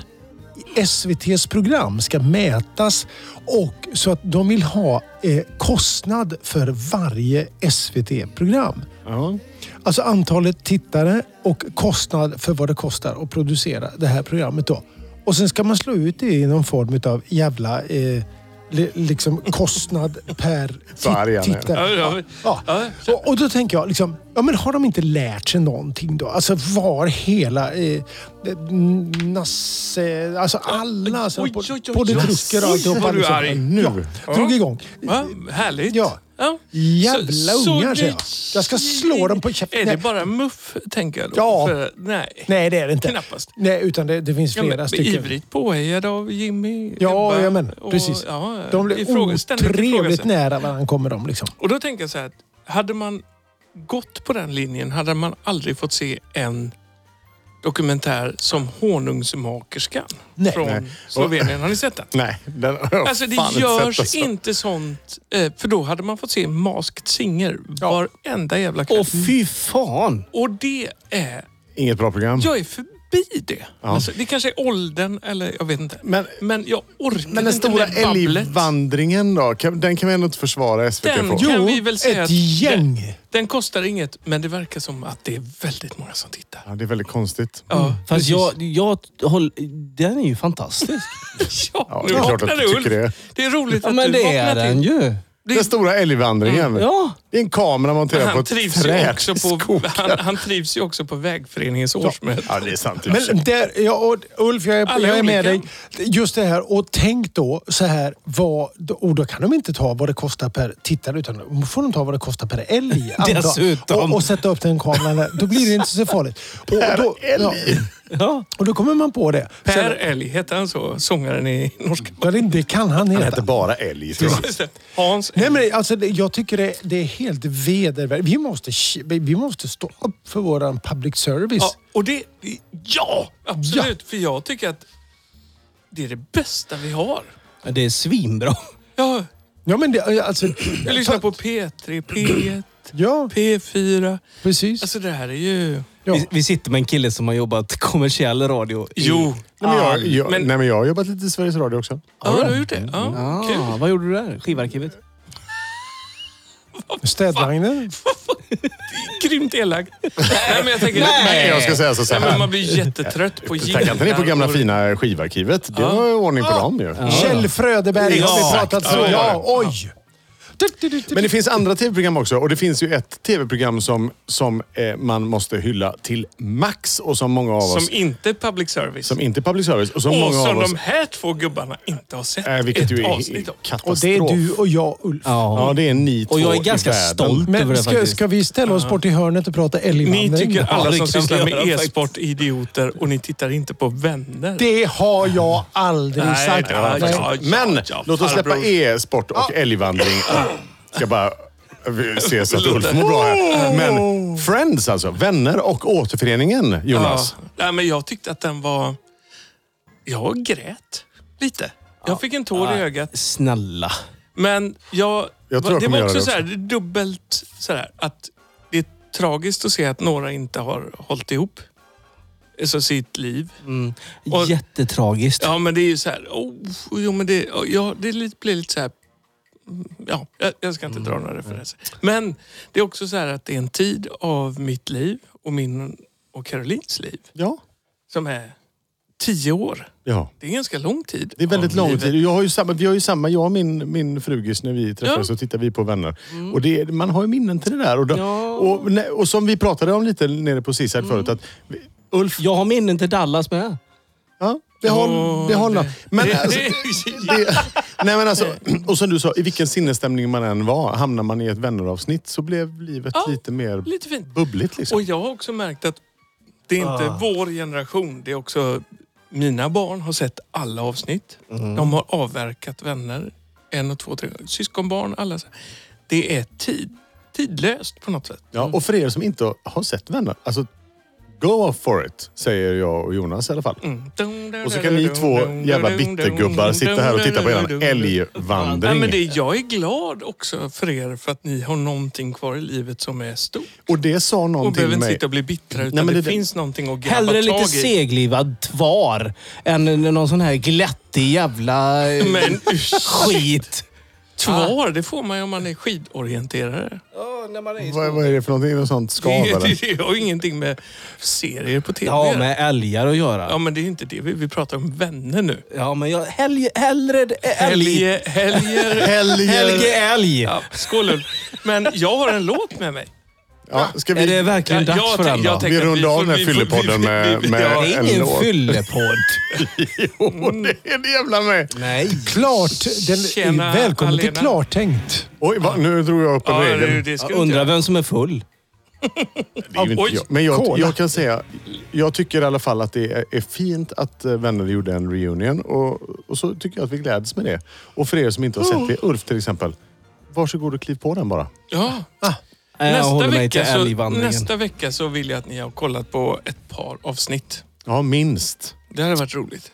Speaker 4: SVTs program ska mätas och så att de vill ha eh, kostnad för varje SVT-program.
Speaker 1: Ja.
Speaker 4: Alltså antalet tittare och kostnad för vad det kostar att producera det här programmet då. Och sen ska man slå ut det i någon form av jävla eh, li, liksom kostnad <laughs> per
Speaker 1: Varje,
Speaker 4: tit-
Speaker 1: nej.
Speaker 2: Ja,
Speaker 4: tittare.
Speaker 2: ja.
Speaker 4: Ja.
Speaker 2: Ja.
Speaker 4: Och, och då tänker jag, liksom, ja, men har de inte lärt sig någonting då? Alltså var hela eh, Nasse, alltså alla som
Speaker 2: Oj,
Speaker 4: på,
Speaker 2: oj, oj,
Speaker 4: på det
Speaker 2: oj.
Speaker 4: drucker och
Speaker 2: Oj,
Speaker 4: alltihopa.
Speaker 2: vad du är
Speaker 4: liksom.
Speaker 2: arg.
Speaker 4: Ja, drog igång.
Speaker 2: Ja, härligt.
Speaker 4: Ja.
Speaker 2: ja.
Speaker 4: Jävla ungar,
Speaker 2: det-
Speaker 4: säger jag. Jag ska slå dem på käften.
Speaker 2: Är det
Speaker 4: Nej.
Speaker 2: bara muff, tänker jag då?
Speaker 4: Ja.
Speaker 2: För, nej.
Speaker 4: Nej, det är det inte.
Speaker 2: Knappast.
Speaker 4: Nej, utan det, det finns
Speaker 2: Ja,
Speaker 4: flera
Speaker 2: men,
Speaker 4: stycken.
Speaker 2: Ivrigt påhejad av Jimmy,
Speaker 4: Ja,
Speaker 2: Ebba
Speaker 4: ja men
Speaker 2: och-
Speaker 4: precis.
Speaker 2: ja,
Speaker 4: de blir
Speaker 2: ifråga- ständigt
Speaker 4: otrevligt
Speaker 2: ifrågasätt.
Speaker 4: nära varandra kommer de liksom.
Speaker 2: Och då tänker jag så här, att hade man gått på den linjen hade man aldrig fått se en dokumentär som Honungsmakerskan
Speaker 4: Nej.
Speaker 2: från
Speaker 1: Nej.
Speaker 2: Slovenien. Har ni sett den?
Speaker 1: Nej, den har jag
Speaker 2: Alltså det
Speaker 1: fan
Speaker 2: görs
Speaker 1: inte sett. Alltså.
Speaker 2: inte sånt, eh, för då hade man fått se Masked Singer varenda jävla kväll.
Speaker 5: Och fy fan!
Speaker 2: Och det är...
Speaker 1: Inget bra program.
Speaker 2: Jag är förbi det. Alltså, det kanske är åldern eller jag vet inte.
Speaker 1: Men-
Speaker 2: Men, jag orkar
Speaker 1: Men den
Speaker 2: inte
Speaker 1: stora
Speaker 2: med babblet.
Speaker 1: älgvandringen då? Kan, den kan vi ändå inte försvara SVT
Speaker 2: Den
Speaker 1: på.
Speaker 2: kan vi väl säga
Speaker 4: ett
Speaker 2: att den,
Speaker 4: gäng!
Speaker 2: den kostar inget, men det verkar som att det är väldigt många som tittar.
Speaker 1: Ja, det är väldigt konstigt.
Speaker 2: Ja,
Speaker 5: Fast jag, jag håll, den är
Speaker 2: <laughs>
Speaker 5: ju fantastisk.
Speaker 2: ja
Speaker 1: det är klart att
Speaker 2: vaknade
Speaker 1: du tycker
Speaker 2: Ulf. Det är roligt
Speaker 5: Ja,
Speaker 2: att
Speaker 5: men
Speaker 2: du
Speaker 5: det är
Speaker 2: vaknar
Speaker 5: den
Speaker 2: till.
Speaker 5: ju.
Speaker 1: Den stora älgvandringen.
Speaker 5: Ja.
Speaker 1: Det är en kamera monterad på
Speaker 2: Mm, Han
Speaker 1: ett
Speaker 2: trivs, ju
Speaker 1: träd
Speaker 2: också
Speaker 1: i
Speaker 2: på, <laughs>
Speaker 1: skogen.
Speaker 2: han, han trivs ju också på vägföreningens årsmöte.
Speaker 1: Ja, det är sant. i och för sig.
Speaker 4: Men där, ja, och Ulf, jag är,
Speaker 2: Alltså. Alla
Speaker 4: jag är med dig.
Speaker 2: olika.
Speaker 4: Just det här, och tänk då så här, vad, och då kan de inte ta vad det kostar per tittare utan då får de ta vad det kostar per
Speaker 2: <laughs>
Speaker 4: älg. anta.
Speaker 5: Dessutom.
Speaker 4: Och, och sätta upp den kameran där. Då blir det inte
Speaker 2: <laughs>
Speaker 4: så farligt. Och, per då, älg?
Speaker 5: Ja.
Speaker 4: och då kommer man på det.
Speaker 2: Per Elg, heter han så? Sångaren i norska
Speaker 4: Sen, det kan han
Speaker 1: Den
Speaker 4: heta.
Speaker 1: heter bara älg, tror jag.
Speaker 2: Just det. Hans
Speaker 4: Nej, men alltså, det- jag tycker det, det är helt vedervärdigt. Vi måste, ki- vi måste stå upp för våran public service.
Speaker 2: Ja, och det... Ja, absolut. För jag tycker att det är det bästa vi har.
Speaker 5: Det är svinbra.
Speaker 2: Ja,
Speaker 4: Ja, men det, alltså,
Speaker 2: jag lyssnar på P3, P1,
Speaker 4: Ja,
Speaker 2: P4.
Speaker 4: precis.
Speaker 2: Alltså det här är ju...
Speaker 4: Ja.
Speaker 5: Vi, vi sitter med en kille som har jobbat kommersiell radio. i-
Speaker 2: Jo.
Speaker 1: Nej, men jag, jag,
Speaker 2: Men-
Speaker 1: nej, men jag har jobbat lite i Sveriges Radio också.
Speaker 2: Ja, du har gjort det. Ja, kul.
Speaker 5: Ah, vad gjorde du där? Skivarkivet?
Speaker 4: Städvagnen.
Speaker 1: <laughs>
Speaker 2: Grymt elak. Nej, men jag tänker... Nej.
Speaker 1: Nej, jag ska säga så
Speaker 2: Nej, men man
Speaker 1: här.
Speaker 2: blir jättetrött på
Speaker 1: Tack att ni är på gamla fina skivarkivet. Det var ju ordning på dem ju.
Speaker 4: Kjell Fröderberg
Speaker 1: Ja,
Speaker 4: har vi pratat
Speaker 1: exakt.
Speaker 4: så.
Speaker 1: Ja,
Speaker 4: Ja, oj!
Speaker 1: Men det finns andra tv-program också. Och det finns ju ett tv-program som, som eh, man måste hylla till max och som många av oss...
Speaker 2: Som inte är public service.
Speaker 1: som inte är public service. Och som
Speaker 2: och
Speaker 1: många
Speaker 2: som
Speaker 1: av oss...
Speaker 2: de här två gubbarna inte har sett
Speaker 1: eh, vilket
Speaker 2: ett
Speaker 1: ju
Speaker 2: avsnitt
Speaker 1: är
Speaker 2: av.
Speaker 4: Och
Speaker 1: katastrof.
Speaker 4: det är du och jag, Ulf.
Speaker 1: Ja, det är ni två
Speaker 5: Och jag
Speaker 1: i
Speaker 5: är ganska
Speaker 1: världen.
Speaker 5: stolt över
Speaker 4: Men
Speaker 5: det
Speaker 4: ska,
Speaker 5: faktiskt.
Speaker 4: ska vi ställa oss bort i hörnet och prata älgvandring?
Speaker 2: Ni tycker alla
Speaker 5: det
Speaker 2: som
Speaker 5: kan vi
Speaker 2: sysslar
Speaker 5: göra
Speaker 2: med
Speaker 5: faktiskt.
Speaker 2: e-sport är idioter och ni tittar inte på vänner.
Speaker 4: Det har jag aldrig
Speaker 2: Nej,
Speaker 4: sagt.
Speaker 2: det har jag inte
Speaker 4: Nej.
Speaker 2: sagt. Ja,
Speaker 1: Men
Speaker 2: ja,
Speaker 1: låt oss släppa
Speaker 2: farbror.
Speaker 1: e-sport och älgvandring. Ska bara Vi ser så att Ulf mår bra här. Men Friends alltså. Vänner och återföreningen, Jonas.
Speaker 2: Ja. Nej, men jag tyckte att den var... Jag grät lite. Jag fick en tår i ögat.
Speaker 5: Snälla.
Speaker 2: Men jag,
Speaker 1: Jag tror jag
Speaker 2: det
Speaker 1: kommer
Speaker 2: var
Speaker 1: göra
Speaker 2: också,
Speaker 1: det
Speaker 2: så här, dubbelt så här, att det är tragiskt att se att några inte har hållit ihop. Alltså sitt liv. Och-
Speaker 5: Jättetragiskt.
Speaker 2: Ja, men det är ju så här... Oh, jo, men det, ja, det är lite- blir lite så här... mm, Ja, jag, jag ska inte
Speaker 1: Mm,
Speaker 2: dra några referenser. Men det är också så här att det är en tid av mitt liv och min och Carolines liv
Speaker 1: Ja.
Speaker 2: som är tio år.
Speaker 1: ja.
Speaker 2: Det är ganska lång tid.
Speaker 1: Det är väldigt
Speaker 2: av
Speaker 1: lång
Speaker 2: livet.
Speaker 1: tid. Jag har ju samma, vi har ju samma, jag och min, min frugis, när vi träffades
Speaker 2: Ja.
Speaker 1: så tittar vi på vänner. Och det, man har ju minnen till det där. Och, då, och, nä- och som vi pratade om lite nere på Seaside förut. Att vi, Ulf,
Speaker 5: Jag har minnen till Dallas med.
Speaker 1: ja, det har, det har någon. Men
Speaker 2: Det-
Speaker 1: alltså,
Speaker 2: det- <laughs>
Speaker 1: det, nej men alltså, <clears throat> och som du sa, i vilken sinnesstämning man än var, hamnar man i ett vänneravsnitt så blev livet
Speaker 2: Ja,
Speaker 1: lite mer
Speaker 2: Lite fint.
Speaker 1: bubbligt. Liksom.
Speaker 2: Och jag har också märkt att det är inte
Speaker 1: Ah.
Speaker 2: vår generation. Det är också mina barn har sett alla avsnitt.
Speaker 1: Mm.
Speaker 2: De har avverkat vänner. En och två, tre. Syskonbarn, alla. så här. Det är tid, tidlöst på något sätt.
Speaker 1: Ja, och för er som inte har sett Vänner, alltså go for it, säger jag och Jonas i alla fall.
Speaker 2: Mm.
Speaker 1: Och så kan ni två jävla bittergubbar sitta här och titta på eran
Speaker 2: Nej, men det,
Speaker 1: älgvandring.
Speaker 2: jag är glad också för er för att ni har någonting kvar i livet som är stort.
Speaker 1: Och det sa någon
Speaker 2: Och
Speaker 1: till
Speaker 2: behöver inte
Speaker 1: mig.
Speaker 2: sitta och bli bittra utan
Speaker 1: Nej, men
Speaker 2: det,
Speaker 1: det-
Speaker 2: finns någonting att grabba
Speaker 5: Hellre lite
Speaker 2: tag i.
Speaker 5: seglivad tvar än någon sån här glättig jävla eh,
Speaker 2: Men
Speaker 5: skit.
Speaker 2: Tvar, det får man ju om man är skidorienterare.
Speaker 1: Vad, vad är det för någonting? Något sånt skav eller?
Speaker 2: <laughs> Det har ju ingenting med serier på tv
Speaker 5: Ja,
Speaker 2: att göra.
Speaker 5: med älgar att göra.
Speaker 2: ja, men det är ju inte det. Vi, vi pratar om vänner nu.
Speaker 5: Ja, men jag, helg, hellre d- älg.
Speaker 2: Helge,
Speaker 5: <laughs>
Speaker 2: helger.
Speaker 5: Helge älg.
Speaker 2: Ja, skål Ulf. Men jag har en låt med mig.
Speaker 1: Ja, ska vi...
Speaker 5: Är det verkligen
Speaker 2: Ja,
Speaker 5: dags
Speaker 2: jag
Speaker 5: för
Speaker 2: tänk-
Speaker 5: den
Speaker 2: jag
Speaker 5: då?
Speaker 2: tänk-
Speaker 1: Vi rundar av den här
Speaker 2: Vi får- vi får-
Speaker 1: fyllepodden
Speaker 2: vi- vi- vi-
Speaker 1: med,
Speaker 2: Ja,
Speaker 1: med
Speaker 5: Det är
Speaker 1: en
Speaker 5: ingen
Speaker 1: låt.
Speaker 2: <laughs>
Speaker 5: fyllepodd.
Speaker 1: Jo, <laughs> det är det jävla med.
Speaker 5: Nej.
Speaker 4: Klart, den
Speaker 2: Tjena,
Speaker 4: är välkommen
Speaker 2: Alena.
Speaker 4: till klartänkt.
Speaker 1: Oj, va, nu drog jag upp en
Speaker 2: Ja, det,
Speaker 1: regel.
Speaker 2: det ska
Speaker 5: Jag
Speaker 2: du inte
Speaker 5: undrar
Speaker 2: göra.
Speaker 5: vem som är full. Eh,
Speaker 1: Det är ju inte
Speaker 2: Oj,
Speaker 1: jag. Men jag,
Speaker 4: cola.
Speaker 1: jag kan säga, jag tycker i alla fall att det är, är fint att eh, vänner gjorde en reunion. Och, och så tycker jag att vi gläds med det. Och för er som inte har
Speaker 2: Oh.
Speaker 1: sett det, Ulf till exempel. Varsågod och kliv på den bara.
Speaker 2: Ja.
Speaker 5: Nej, jag
Speaker 2: Nästa,
Speaker 5: håller mig till
Speaker 2: vecka så,
Speaker 5: älgvandringen.
Speaker 2: nästa vecka så vill jag att ni har kollat på ett par avsnitt.
Speaker 1: Ja, minst. <laughs>
Speaker 2: Det hade varit roligt.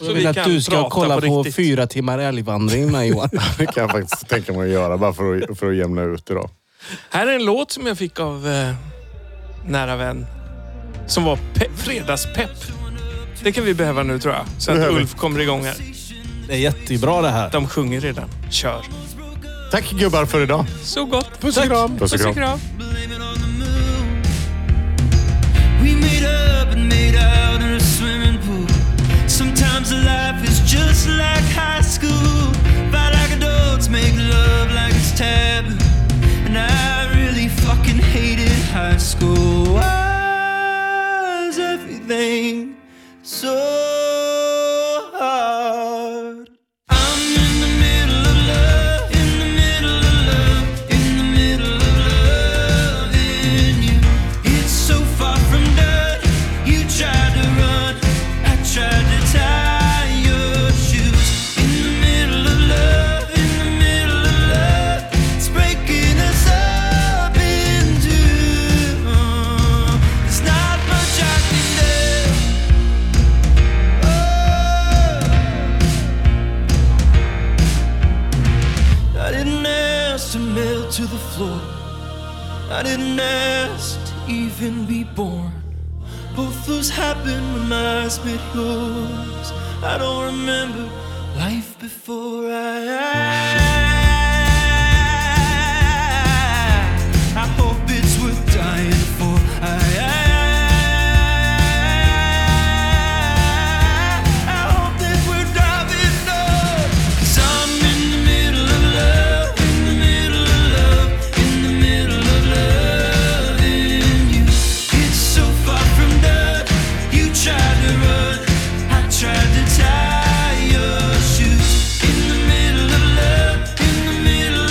Speaker 2: Så
Speaker 5: Jag vill att du ska kolla på,
Speaker 2: riktigt.
Speaker 5: fyra timmar älgvandring
Speaker 2: <laughs>
Speaker 5: med Johan.
Speaker 1: Det kan jag faktiskt tänka mig att göra bara för att, för att jämna ut idag.
Speaker 2: Här är en låt som jag fick av eh, nära vän. Som var pe- fredagspepp. Det kan vi behöva nu tror jag. Så att
Speaker 1: Behöver vi.
Speaker 2: Ulf kommer igång här.
Speaker 5: Det är jättebra det här.
Speaker 2: De sjunger redan. Kör.
Speaker 1: Tack gubbar för idag.
Speaker 2: Så gott.
Speaker 4: Puss och kram.
Speaker 1: Puss och kram.
Speaker 8: blame it on the moon. We made up and made out in a swimming pool. Sometimes life is just like high school. Fight like adults, make love like it's taboo. And I really fucking hated high school. Why is everything so hard? I'm in the middle of love, in the middle of love, in the middle of loving you. It's so far from done. You tried to run, I tried to tie your shoes. In the middle of love, in the middle of love, it's breaking us up in two. There's not much I can do. Oh. I didn't ask to melt to the floor. I didn't ask to even be born. Both those happened when my eyes met yours. I don't remember life before I. I hope it's worth dying for. I, I hope that we're driving up. Cause I'm in the middle of love, in the middle of love, in the middle of loving you. It's so far from done. You tried to run, I tried to tie your shoes. In the middle of love,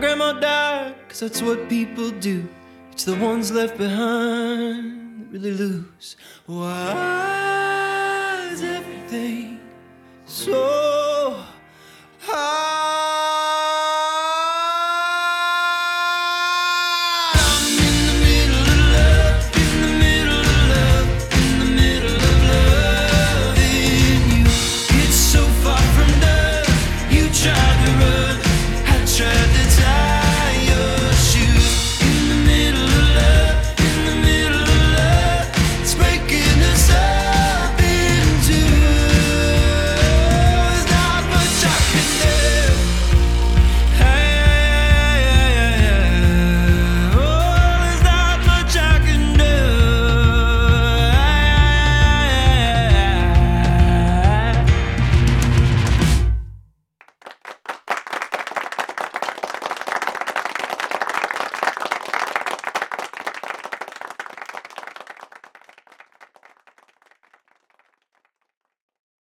Speaker 8: them or die, cause that's what people do. It's the ones left behind that really lose. Why?